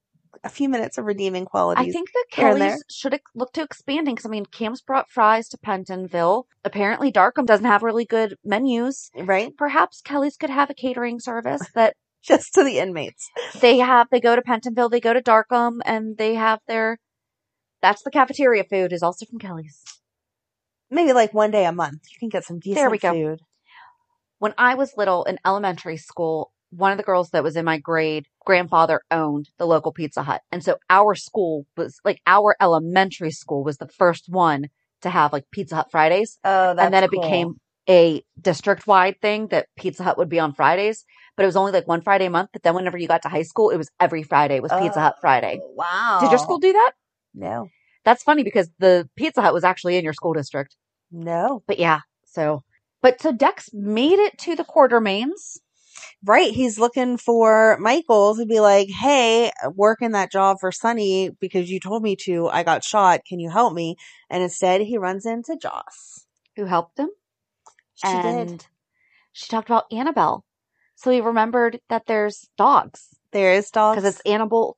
a few minutes of redeeming qualities. I think the here and Kellys there. should ex- look to expanding because I mean, Cam's brought fries to Pentonville. Apparently, Darkham doesn't have really good menus. right, Perhaps Kelly's could have a catering service that just to the inmates. they have. They go to Pentonville, they go to Darkham, and they have their. That's the cafeteria food is also from Kelly's. Maybe like one day a month, you can get some decent we go. food. When I was little in elementary school, one of the girls that was in my grade grandfather owned the local Pizza Hut, and so our school was like our elementary school was the first one to have like Pizza Hut Fridays. Oh, and then it became a district wide thing that Pizza Hut would be on Fridays, but it was only like one Friday a month. But then whenever you got to high school, it was every Friday was Pizza Hut Friday. Wow. Did your school do that? No, That's funny because the Pizza Hut was actually in your school district. no. But yeah, so but so Dex made it to the Quartermains. Right, he's looking for Michael to be like, "Hey, working that job for Sonny because you told me to. I got shot. Can you help me?" And instead, he runs into Joss. who helped him. She did. and she talked about Annabelle. So he remembered that there's dogs. There is dogs. because it's Annabelle,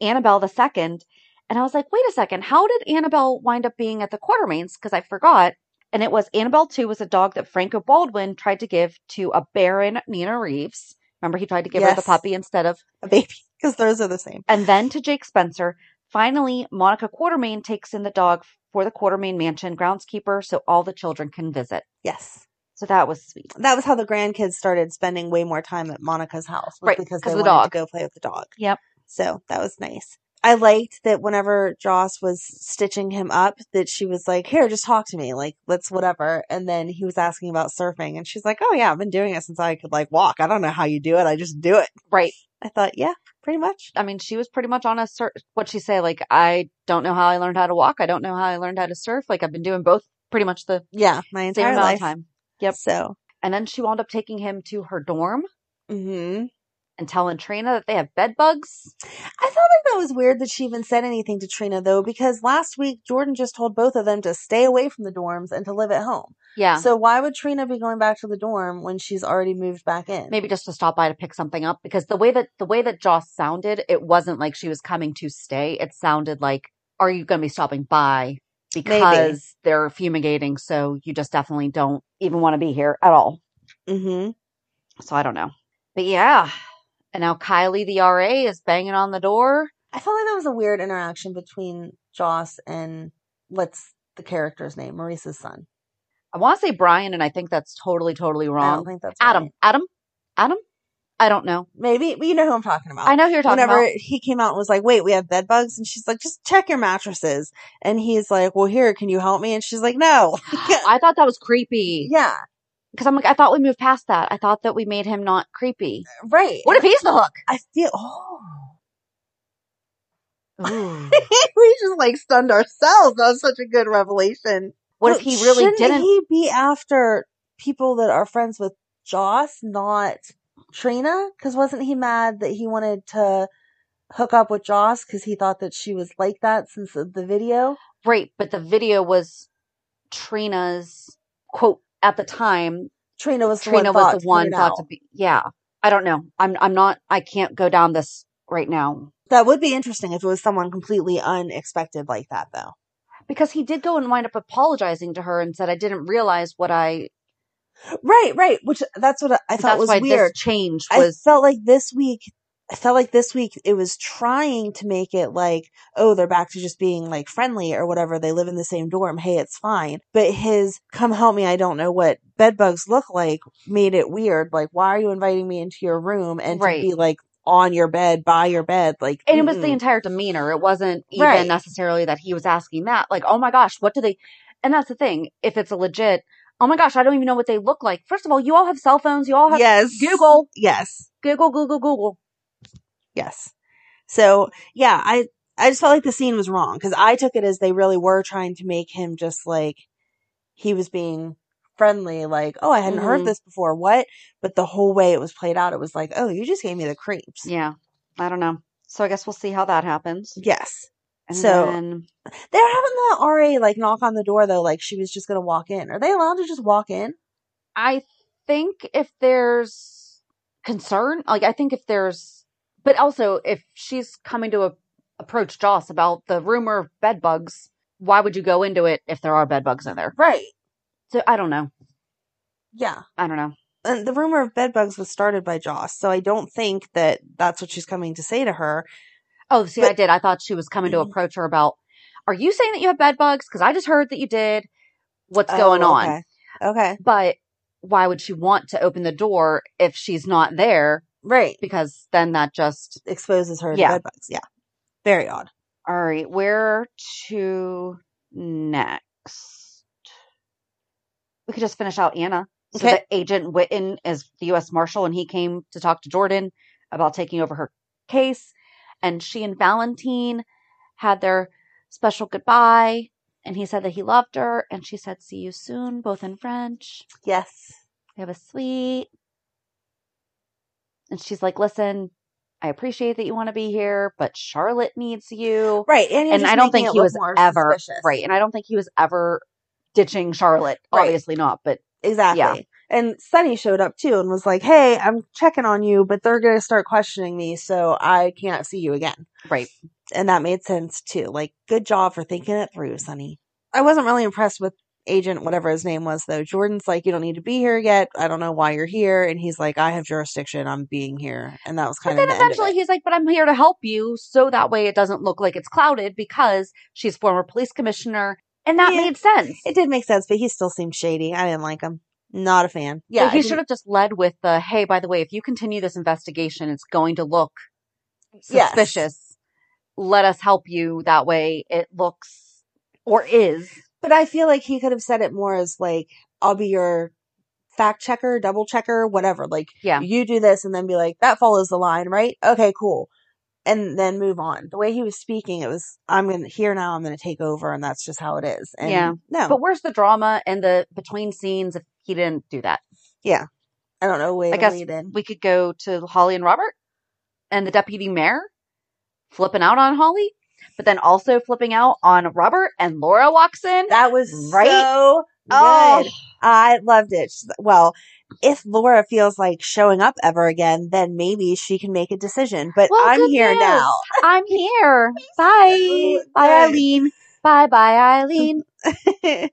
Annabelle the second. And I was like, wait a second, how did Annabelle wind up being at the Quartermains? Because I forgot. And it was Annabelle two was a dog that Franco Baldwin tried to give to a barren Nina Reeves. Remember, he tried to give her the Yes. puppy instead of, a baby because those are the same. and then to Jake Spencer. Finally, Monica Quartermain takes in the dog for the Quartermain Mansion groundskeeper, so all the children can visit. Yes. So that was sweet. that was how the grandkids started spending way more time at Monica's house, was Right, Because 'cause they of the wanted to dog. go play with the dog. Yep. So that was nice. I liked that whenever Joss was stitching him up, that she was like, "Here, just talk to me, like let's whatever." And then he was asking about surfing, and she's like, "Oh yeah, I've been doing it since I could like walk. I don't know how you do it. I just do it." Right. I thought, yeah, pretty much. I mean, she was pretty much on a sur What she say? Like, I don't know how I learned how to walk. I don't know how I learned how to surf. Like, I've been doing both pretty much the Yeah, my same entire amount life. of time. Yep. So, And then she wound up taking him to her dorm hmm and telling Trina that they have bed bugs. I felt like that was weird that she even said anything to Trina though, because last week Jordan just told both of them to stay away from the dorms and to live at home. Yeah. So why would Trina be going back to the dorm when she's already moved back in? Maybe just to stop by to pick something up because the way that the way that Joss sounded, it wasn't like she was coming to stay. It sounded like, "Are you going to be stopping by?" Because they're fumigating, so you just definitely don't even want to be here at all. Mm-hmm. So I don't know. But yeah. And now Kylie, the RA, is banging on the door. I felt like that was a weird interaction between Joss and what's the character's name, Maurice's son. I want to say Brian, and I think that's totally, totally I don't wrong. think that's Adam, right. Adam, Adam. I don't know. Maybe but you know who I'm talking about. I know who you're talking Whenever about. he came out and was like, "Wait, we have bed bugs," and she's like, "Just check your mattresses," and he's like, "Well, here, can you help me?" And she's like, "No." I thought that was creepy yeah, because I'm like, I thought we moved past that. I thought that we made him not creepy. right. What if he's the hook? I feel? Oh, Ooh. we just like stunned ourselves. That was such a good revelation. What Well, if he really shouldn't didn't? he be after people that are friends with Joss, not Trina? Because wasn't he mad that he wanted to hook up with Joss because he thought that she was like that since the the video? Right, but the video was Trina's quote at the time. Trina was the Trina one was thought the one it thought out. to be. Yeah, I don't know. I'm. I'm not. I can't go down this right now. That would be interesting if it was someone completely unexpected like that, though. because he did go and wind up apologizing to her and said, "I didn't realize what I." Right, right. Which that's what I, I thought That's was why weird. this change I was felt like this week, I felt like this week it was trying to make it like, oh, they're back to just being like friendly or whatever. They live in the same dorm. Hey, it's fine. But his come help me, I don't know what bed bugs look like made it weird. Like, why are you inviting me into your room and Right. to be like on your bed, by your bed? Like, and it was the mm-mm. entire demeanor. It wasn't even Right. necessarily that he was asking that. Like, oh my gosh, what do they? And that's the thing. If it's a legit, oh my gosh, I don't even know what they look like. First of all, you all have cell phones. You all have yes. Google, Yes. Google, Google, Google. Yes. So yeah, I I just felt like the scene was wrong because I took it as they really were trying to make him just like he was being friendly, like oh I hadn't Mhm. heard this before, what? But the whole way it was played out, it was like oh you just gave me the creeps. Yeah. I don't know. So I guess we'll see how that happens. Yes, And So- then, they were having the RA like knock on the door though, like she was just gonna walk in. Are they allowed to just walk in? I think if there's concern, like I think if there's, but also if she's coming to a, approach Joss about the rumor of bed bugs, why would you go into it if there are bed bugs in there? Right. So I don't know. Yeah. I don't know. And the rumor of bedbugs was started by Joss, so I don't think that that's what she's coming to say to her. Oh, see, I But- did. I thought she was coming to approach her about, are you saying that you have bed bugs? Because I just heard that you did. What's going Oh, on? okay. Okay. But why would she want to open the door if she's not there? Right. Because then that just, exposes her Yeah. to bed bugs. Yeah. Very odd. all right, where to next? We could just finish out Anna. So Okay. the agent Witten is the U.S. Marshal, and he came to talk to Jordan about taking over her case. And she and Valentine had their special goodbye, and he said that he loved her, and she said, "See you soon," both in French. Yes. We have a suite. And she's like, "Listen, I appreciate that you want to be here, but Charlotte needs you." Right. And, you're and just I don't think making it he look was more ever suspicious. right, and I don't think he was ever ditching Charlotte. Right. Obviously not, but Exactly. Yeah. And Sunny showed up too and was like, Hey, I'm checking on you, but they're going to start questioning me. So I can't see you again. right. And that made sense too. Like, good job for thinking it through, Sunny. I wasn't really impressed with agent, whatever his name was though. Jordan's like, you don't need to be here yet. I don't know why you're here. And he's like, I have jurisdiction. I'm being here. And that was But kind of then the eventually end of it. he's like, "But I'm here to help you, so that way it doesn't look like it's clouded because she's former police commissioner." And that Yeah. made sense. It did make sense, but he still seemed shady. I didn't like him. Not a fan. yeah, I he didn't- should have just led with the, "Hey, by the way, if you continue this investigation, it's going to look Yes. suspicious. Let us help you. That way it looks or is. But I feel like he could have said it more as like, I'll be your fact checker, double checker, whatever. Like, Yeah. you do this and then be like, that follows the line, right? Okay, cool. And then move on. The way he was speaking, it was, I'm going to, here now, I'm going to take over. And that's just how it is. And Yeah. no, But where's the drama and the between scenes if he didn't do that? I don't know. Way I to guess lead in. we could go to Holly and Robert and the deputy mayor flipping out on Holly, but then also flipping out on Robert and Laura walks in. That was Right? so Oh. good. I loved it. She's like, Well, if Laura feels like showing up ever again, then maybe she can make a decision. But Well, I'm good here news. now. I'm here. Bye. Bye, good. Eileen. Bye bye, Eileen. it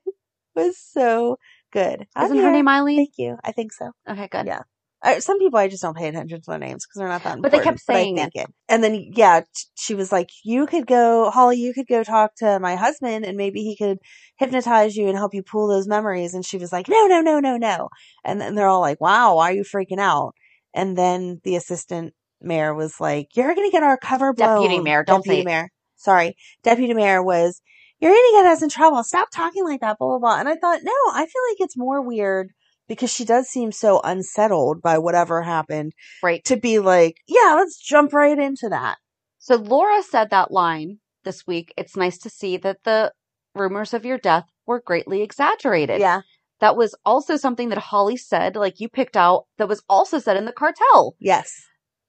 was so good. I'm Isn't her here. name Eileen? Thank you. I think so. Okay, good. Yeah. Uh, some people I just don't pay attention to their names because they're not that important. But they kept I saying it. think And then yeah, t- she was like, "You could go, Holly. You could go talk to my husband, and maybe he could hypnotize you and help you pull those memories." And she was like, "No, no, no, no, no." And then they're all like, "Wow, why are you freaking out?" And then the assistant mayor was like, "You're gonna get our cover blown." Deputy mayor, don't deputy say- mayor. Sorry, deputy mayor was. You're gonna get us in trouble. Stop talking like that. Blah blah blah. And I thought, no, I feel like it's more weird because she does seem so unsettled by whatever happened Right. to be like, yeah, let's jump right into that. So Laura said that line this week. It's nice to see that the rumors of your death were greatly exaggerated. Yeah. That was also something that Holly said, like you picked out, that was also said in the cartel. Yes.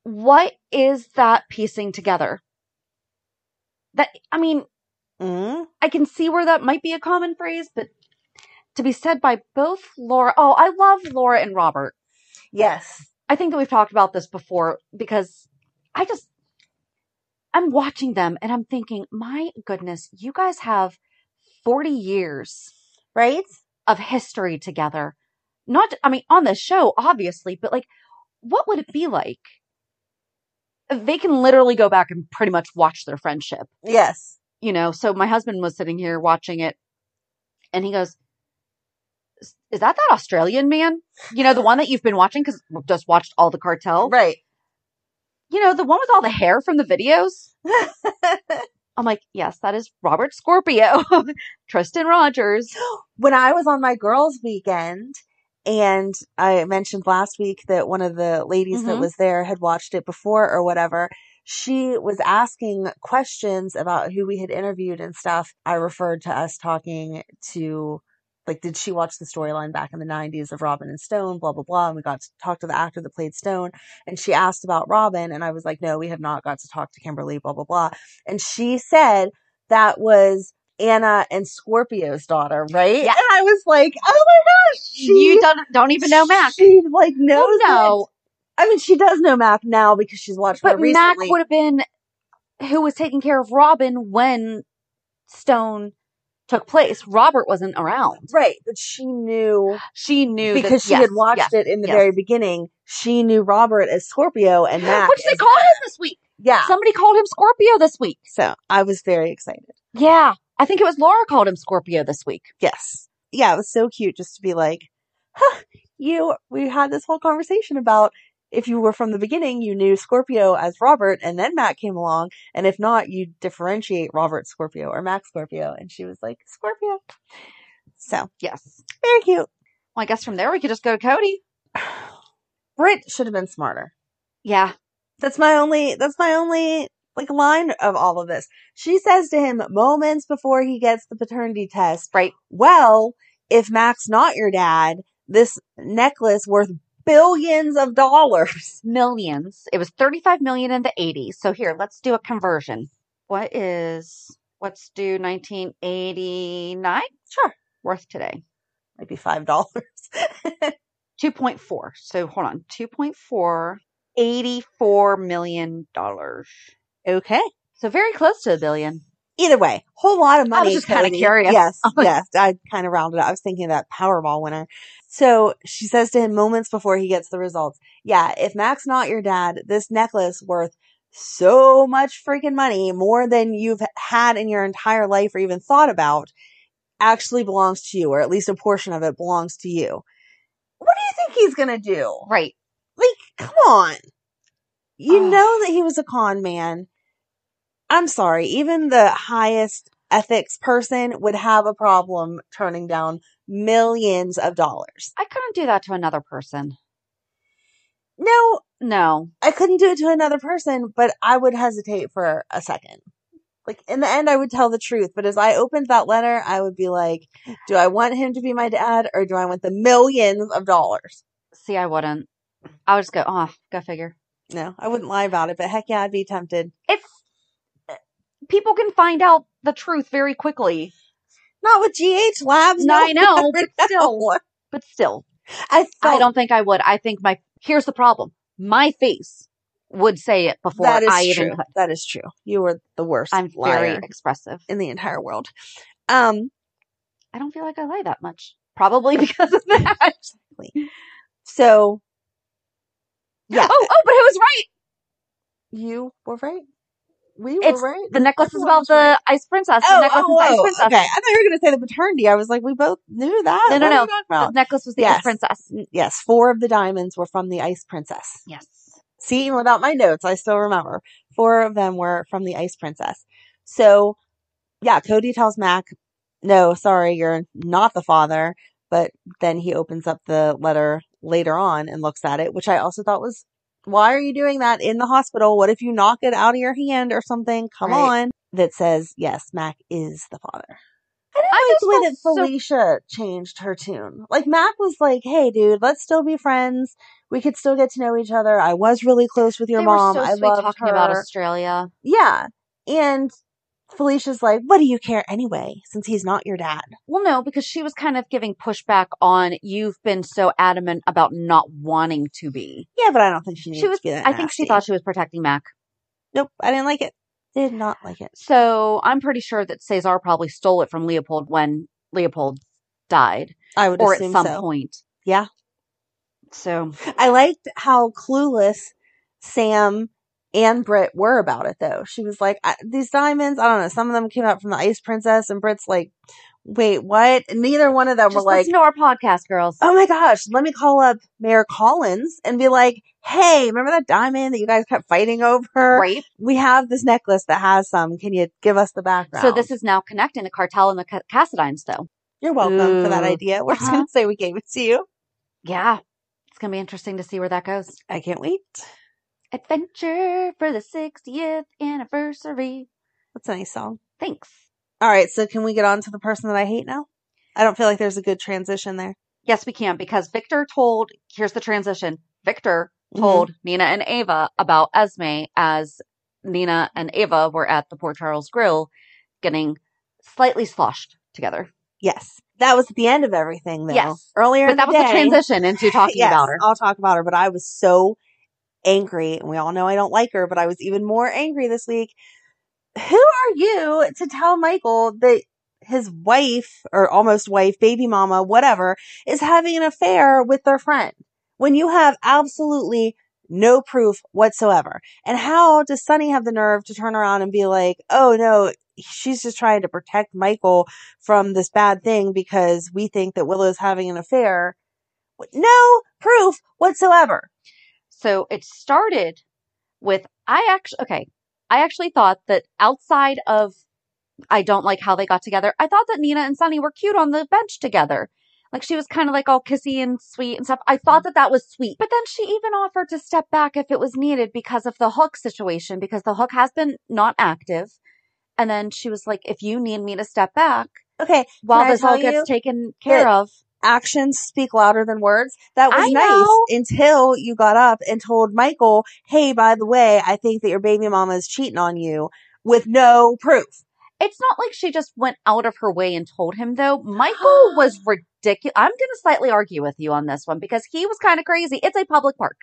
What is that piecing together? That, I mean, Mm. I can see where that might be a common phrase, but to be said by both Laura. Oh, I love Laura and Robert. Yes. I think that we've talked about this before because I just I'm watching them and I'm thinking, my goodness, you guys have 40 years Right? of history together. Not I mean on the show obviously, but like what would it be like? They can literally go back and pretty much watch their friendship Yes. you know, so my husband was sitting here watching it and he goes, "Is- Is that that Australian man? You know, the one that you've been watching because we've just watched all the cartel. Right. You know, the one with all the hair from the videos. I'm like, yes, that is Robert Scorpio, Tristan Rogers. when I was on my girls' weekend, and I mentioned last week that one of the ladies that Mhm. was there had watched it before or whatever, she was asking questions about who we had interviewed and stuff. I referred to us talking to, like, did she watch the storyline back in the 90s of Robin and Stone, blah, blah, blah. And we got to talk to the actor that played Stone, and she asked about Robin. And I was like, no, we have not got to talk to Kimberly, blah, blah, blah. And she said that was Anna and Scorpio's daughter, right? Yeah. And I was like, oh my gosh, she you don't don't even know Mac. She like knows. Oh, no, it. I mean, she does know Mac now because she's watched but more recently. Mac would have been who was taking care of Robin when Stone took place. Robert wasn't around. right, but she knew She knew that- because she yes, had watched yes, it in the yes. very beginning. She knew Robert as Scorpio and Mac. which they as- called him this week. yeah. Somebody called him Scorpio this week. so I was very excited. Yeah, I think it was Laura called him Scorpio this week. Yes. Yeah, it was so cute just to be like, huh, you, we had this whole conversation about if you were from the beginning, you knew Scorpio as Robert and then Matt came along. And if not, you differentiate Robert Scorpio or Mac Scorpio. And she was like, Scorpio. So Yes. very cute. Well, I guess from there we could just go to Cody. Brit should have been smarter. Yeah. That's my only, that's my only like line of all of this. She says to him moments before he gets the paternity test, Right. well, if Mac's not your dad, this necklace worth billions of dollars. Millions. It was 35 million in the 80s. So here, let's do a conversion. What is, let's do 1989? Sure. Worth today. Might be five dollars. 2.4. So hold on. 2.4, 84 million dollars. okay. So very close to a billion. Either way, whole lot of I was money. just kinda Cody. curious. Yes, I was- yes. I kind of rounded up. I was thinking of that Powerball winner. So she says to him moments before he gets the results, yeah, if Mac's not your dad, this necklace worth so much freaking money, more than you've had in your entire life or even thought about, actually belongs to you, or at least a portion of it belongs to you. What do you think he's gonna do? Right. Like, come on. You Ugh. know that he was a con man. I'm sorry, even the highest ethics person would have a problem turning down millions of dollars. I couldn't do that to another person. No, No. I couldn't do it to another person, but I would hesitate for a second. Like in the end, I would tell the truth. But as I opened that letter, I would be like, do I want him to be my dad or do I want the millions of dollars? See, I wouldn't. I would just go, oh, go figure. No, I wouldn't lie about it, but heck yeah, I'd be tempted. It's, people can find out the truth very quickly, Not with GH Labs. No, I know, never but still. know. but still, I I felt don't think I would. I think my here's the problem. My face would say it before that is I true. even could. That is true. You were the worst. I'm liar very expressive. in the entire world. Um, I don't feel like I lie that much. Probably because of that. so yeah, Oh, oh, but who was right? you were right. We It's were right. The necklace is Everyone about Oh, was right. the ice princess. The Oh, necklace is oh, the oh, ice princess. okay. I thought you were going to say the paternity. I was like, we both knew that. No, no, What are no. you talking The about? necklace was the Oh. Yes. ice princess. Yes, four of the diamonds were from the Ice Princess. Yes. See, even without my notes, I still remember. Four of them were from the Ice Princess. So, yeah, Cody tells Mac, no, sorry, you're not the father. But then he opens up the letter later on and looks at it, which I also thought was, why are you doing that in the hospital? What if you knock it out of your hand or something? Come Right. on. That says, yes, Mac is the father. I didn't I like the way that Felicia changed her tune. Like Mac was like, "Hey, dude, let's still be friends. We could still get to know each other. I was really close with your they mom. were so I sweet loved talking her. about Australia. Yeah." And Felicia's like, "What do you care anyway? Since he's not your dad." Well, no, because she was kind of giving pushback on you've been so adamant about not wanting to be. Yeah, but I don't think she needed She was. to be that. I think she nasty. thought she was protecting Mac. Nope, I didn't like it. Did not like it. So I'm pretty sure that Cesar probably stole it from Leopold when Leopold died, I would or at assume some so. point. Yeah. So I liked how clueless Sam and Britt were about it, though. She was like, I, "These diamonds, I don't know. Some of them came out from the Ice Princess," and Britt's like, wait, what? And neither one of them Just were like, listen to our podcast, girls. oh my gosh, let me call up Mayor Collins and be like, hey, remember that diamond that you guys kept fighting over? Right. We have this necklace that has some. Can you give us the background? So this is now connecting the cartel and the Ca- Cassadines, though. You're welcome for that Ooh. idea. We're just Uh-huh. going to say we gave it to you. Yeah, it's gonna be interesting to see where that goes. I can't wait. Adventure for the 60th anniversary. That's a nice song. Thanks. All right. So can we get on to the person that I hate now? I don't feel like there's a good transition there. Yes, we can because Victor told. Here's the transition. Victor Mm-hmm. told Nina and Ava about Esme as Nina and Ava were at the Port Charles Grill, getting slightly sloshed together. Yes. That was at the end of everything, though. Yes. Earlier in But that the was the day- transition into talking Yes, about her. I'll talk about her, but I was so angry, and we all know I don't like her, but I was even more angry this week. Who are you to tell Michael that his wife or almost wife, baby mama, whatever, is having an affair with their friend when you have absolutely no proof whatsoever? And how does Sunny have the nerve to turn around and be like, oh no, she's just trying to protect Michael from this bad thing because we think that Willow's having an affair with no proof whatsoever. So it started with I actually okay. I actually thought that outside of I don't like how they got together. I thought that Nina and Sunny were cute on the bench together. Like she was kind of like all kissy and sweet and stuff. I thought that that was sweet. But then she even offered to step back if it was needed because of the hook situation because the hook has been not active. And then she was like if you need me to step back Okay, while I this all tell you gets taken care that of. actions speak louder than words. That was I nice know. until you got up and told Michael, "Hey, by the way, I think that your baby mama is cheating on you." With no proof. It's not like she just went out of her way and told him, though. Michael was ridiculous. I'm going to slightly argue with you on this one because he was kind of crazy. It's a public park.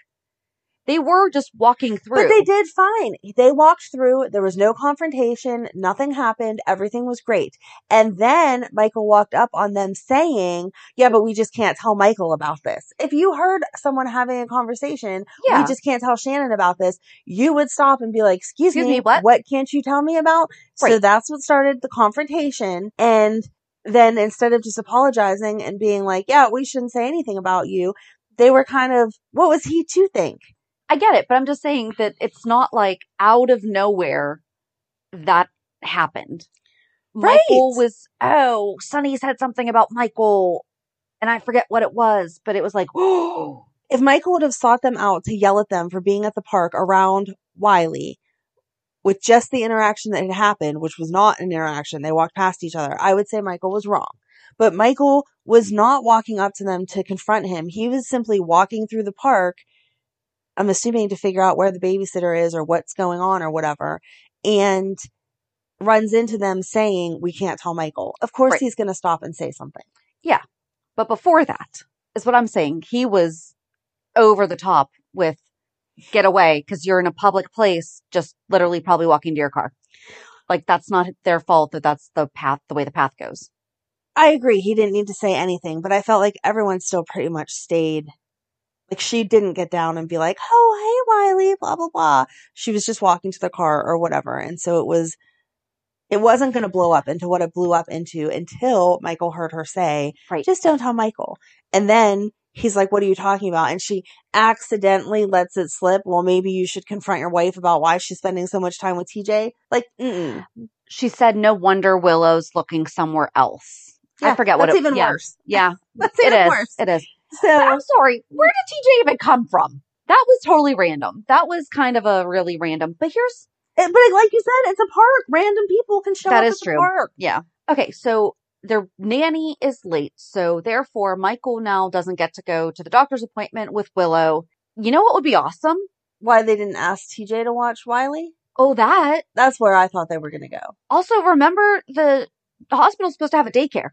They were just walking through. But they did fine. They walked through. There was no confrontation. Nothing happened. Everything was great. And then Michael walked up on them saying, yeah, but we just can't tell Michael about this. If you heard someone having a conversation, Yeah. we just can't tell Shannon about this, you would stop and be like, excuse, Excuse me, me, what?" can't you tell me about? So Right. that's what started the confrontation. And then instead of just apologizing and being like, yeah, we shouldn't say anything about you, they were kind of, what was he to think? I get it, but I'm just saying that it's not like out of nowhere that happened. Right. Michael was, oh, Sonny said something about Michael, and I forget what it was, but it was like, oh, if Michael would have sought them out to yell at them for being at the park around Wiley with just the interaction that had happened, which was not an interaction, they walked past each other, I would say Michael was wrong. But Michael was not walking up to them to confront him. He was simply walking through the park, I'm assuming to figure out where the babysitter is or what's going on or whatever, and runs into them saying, We can't tell Michael. Of course, Right. he's going to stop and say something. But before that is what I'm saying. He was over the top with get away because you're in a public place, just literally probably walking to your car. Like that's not their fault that that's the path, the way the path goes. I agree. He didn't need to say anything, but I felt like everyone still pretty much stayed. Like she didn't get down and be like, "Oh, hey, Wiley," blah blah blah. She was just walking to the car or whatever, and so it was. It wasn't going to blow up into what it blew up into until Michael heard her say, Right. "Just don't tell Michael." And then he's like, "What are you talking about?" And she accidentally lets it slip. Well, maybe you should confront your wife about why she's spending so much time with TJ. Like, mm-mm. She said, no wonder Willow's looking somewhere else. I Yeah, forget what that's it even yeah, worse. Yeah. That's it even is. worse. It is. But So I'm sorry. Where did TJ even come from? That was totally random. That was kind of a really random. But here's It- but like you said, it's a park. Random people can show That up is at true. the park. Yeah. Okay, so their nanny is late, so therefore Michael now doesn't get to go to the doctor's appointment with Willow. You know what would be awesome? Why they didn't ask TJ to watch Wiley? Oh, that. That's where I thought they were going to go. Also, remember the, the hospital's supposed to have a daycare.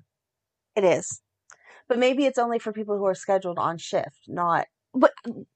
It is, but maybe it's only for people who are scheduled on shift, not But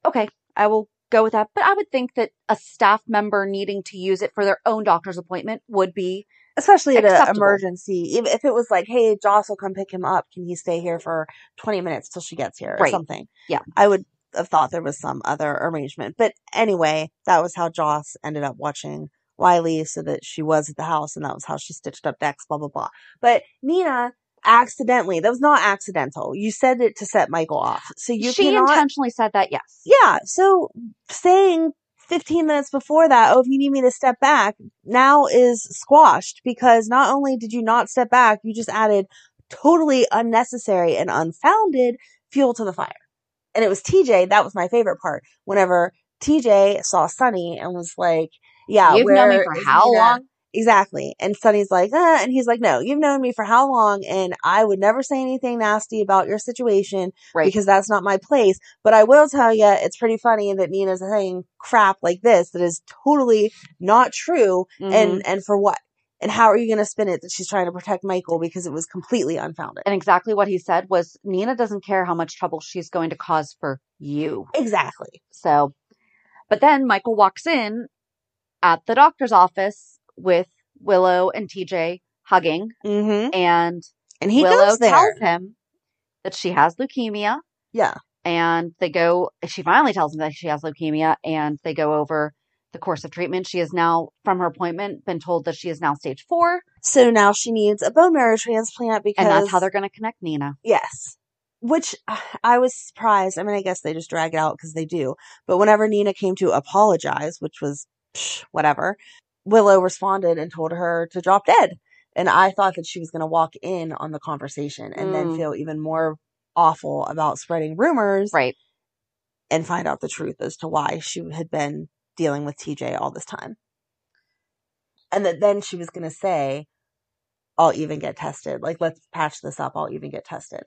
okay, I will go with that. But I would think that a staff member needing to use it for their own doctor's appointment would be especially at an Acceptable. emergency. If, if it was like, "Hey, Joss will come pick him up. Can he stay here for twenty minutes till she gets here?" or Right. something. Yeah. I would have thought there was some other arrangement. But anyway, that was how Joss ended up watching Wiley, so that she was at the house, and that was how she stitched up Dex. Blah blah blah. But Nina accidentally. That was not accidental. You said it to set Michael off. So you she cannot. intentionally said that, yes. yeah. So saying 15 minutes before that, oh, if you need me to step back, now is squashed because not only did you not step back, you just added totally unnecessary and unfounded fuel to the fire. And it was TJ. That was my favorite part. Whenever TJ saw Sunny and was like, yeah, You've known me where for is how Nina? long? Exactly. And Sonny's like, uh, and he's like, no, you've known me for how long? And I would never say anything nasty about your situation Right. because that's not my place. But I will tell you, it's pretty funny that Nina's saying crap like this that is totally not true. Mhm. And, and for what? And how are you going to spin it that she's trying to protect Michael because it was completely unfounded? and exactly what he said was Nina doesn't care how much trouble she's going to cause for you. Exactly. So, but then Michael walks in at the doctor's office with Willow and TJ hugging, Mm-hmm. and And he Willow goes there. tells him that she has leukemia, yeah. and they go. She finally tells him that she has leukemia, and they go over the course of treatment. She is now, from her appointment, been told that she is now stage four, So now she needs a bone marrow transplant because and that's how they're going to connect Nina. Yes. Which uh, I was surprised. I mean, I guess they just drag it out because they do. But whenever Nina came to apologize, which was psh, whatever, Willow responded and told her to drop dead. And I thought that she was going to walk in on the conversation and then Mm. feel even more awful about spreading rumors Right. and find out the truth as to why she had been dealing with TJ all this time. And that then she was going to say, I'll even get tested. Like, let's patch this up. I'll even get tested.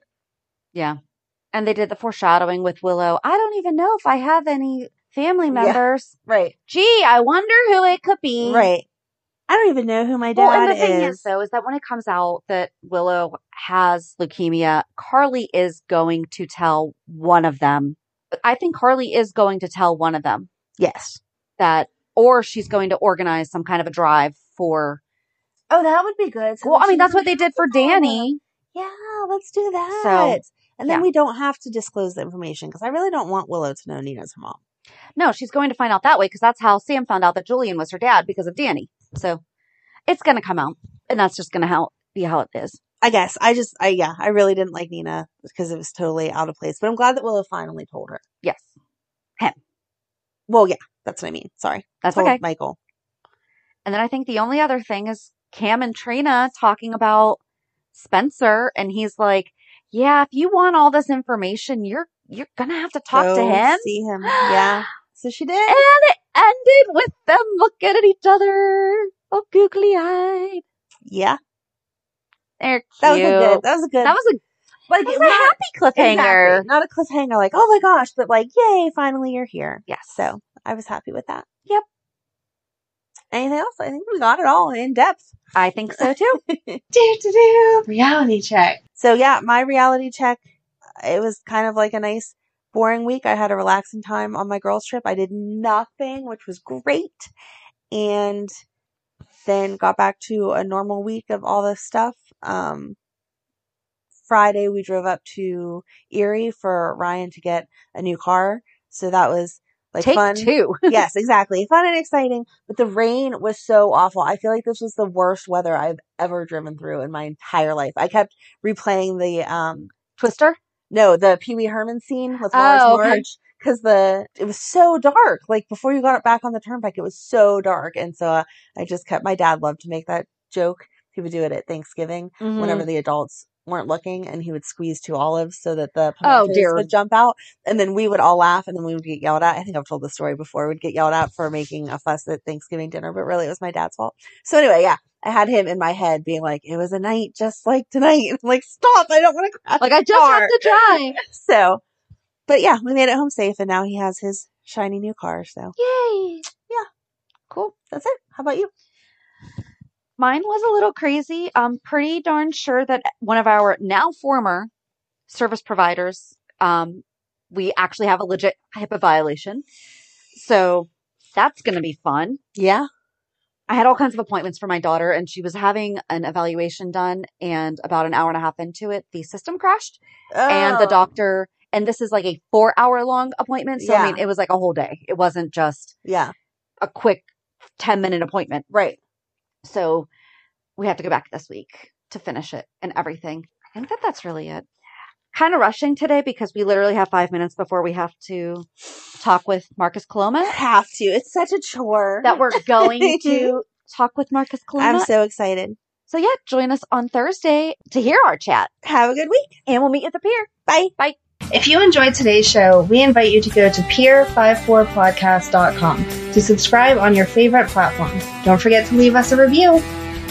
Yeah. And they did the foreshadowing with Willow. I don't even know if I have any family Yeah. members. Right. Gee, I wonder who it could be. Right. I don't even know who my dad Well, and the thing is. is, though, is that when it comes out that Willow has leukemia, Carly is going to tell one of them. I think Carly is going to tell one of them yes. that, or she's going to organize some kind of a drive for. Oh, that would be good. So Well, then I mean, she that's doesn't what they have did for to tell them. Danny. Yeah, let's do that. So, and then yeah. we don't have to disclose the information because I really don't want Willow to know Nina's her mom. No, she's going to find out that way because that's how Sam found out that Julian was her dad because of Danny. So it's going to come out, and that's just going to how, be how it is. I guess. I just, I, yeah, I really didn't like Nina because it was totally out of place, but I'm glad that Willow finally told her. Yes, Well, yeah, that's what I mean. Sorry. that's Told okay. Michael. And then I think the only other thing is Cam and Trina talking about Spencer, and he's like, "Yeah, if you want all this information, you're you're gonna have to talk to Go him." See him. Yeah. So she did. And it ended with them looking at each other, all googly eyed. Yeah. They're cute. That was a good, that was a good, That was a, like, that was it a happy cliffhanger. Exactly. Not a cliffhanger like, oh my gosh, but like, yay, finally you're here. Yes. So I was happy with that. Yep. Anything else? I think we got it all in depth. I think so too. do do do reality check. So yeah, my reality check. It was kind of like a nice boring week. I had a relaxing time on my girls trip. I did nothing, which was great, and then got back to a normal week of all this stuff. Um, Friday we drove up to Erie for Ryan to get a new car, so that was like Take fun two. yes, exactly. Fun and exciting. But the rain was so awful. I feel like this was the worst weather I've ever driven through in my entire life. I kept replaying the um Twister. no, the Pee Wee Herman scene with Lars Oh, okay. March because the it was so dark. Like before you got it back on the turnpike, it was so dark, and so uh, I just kept. My dad loved to make that joke. He would do it at Thanksgiving Mhm. whenever the adults weren't looking, and he would squeeze two olives so that the Oh, pimentos dear. would jump out, and then we would all laugh, and then we would get yelled at. I think I've told the story before. We'd get yelled at for making a fuss at Thanksgiving dinner, but really it was my dad's fault. So anyway, yeah. I had him in my head being like, it was a night just like tonight. I'm like, stop. I don't want to crash. Like I the just car." have to drive. So, but yeah, we made it home safe, and now he has his shiny new car. So Yay! Yeah, cool. that's it. How about you? Mine was a little crazy. I'm pretty darn sure that one of our now former service providers, um, we actually have a legit HIPAA violation. So that's going to be fun. Yeah. I had all kinds of appointments for my daughter, and she was having an evaluation done. And about an hour and a half into it, the system crashed, and the Oh, doctor. And this is like a four-hour long appointment. So I mean, Yeah. it was like a whole day. It wasn't just Yeah. a quick ten-minute appointment. Right. So we have to go back this week to finish it and everything. I I think that that's really it. Kind of rushing today because we literally have five minutes before we have to talk with Marcus Coloma. Have to. It's such a chore. That we're going to talk with Marcus Coloma. I'm so excited. so yeah, join us on Thursday to hear our chat, Have a good week. and we'll meet you at the pier. Bye. Bye. If you enjoyed today's show, we invite you to go to peer54podcast.com to subscribe on your favorite platform. Don't forget to leave us a review.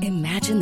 Imagine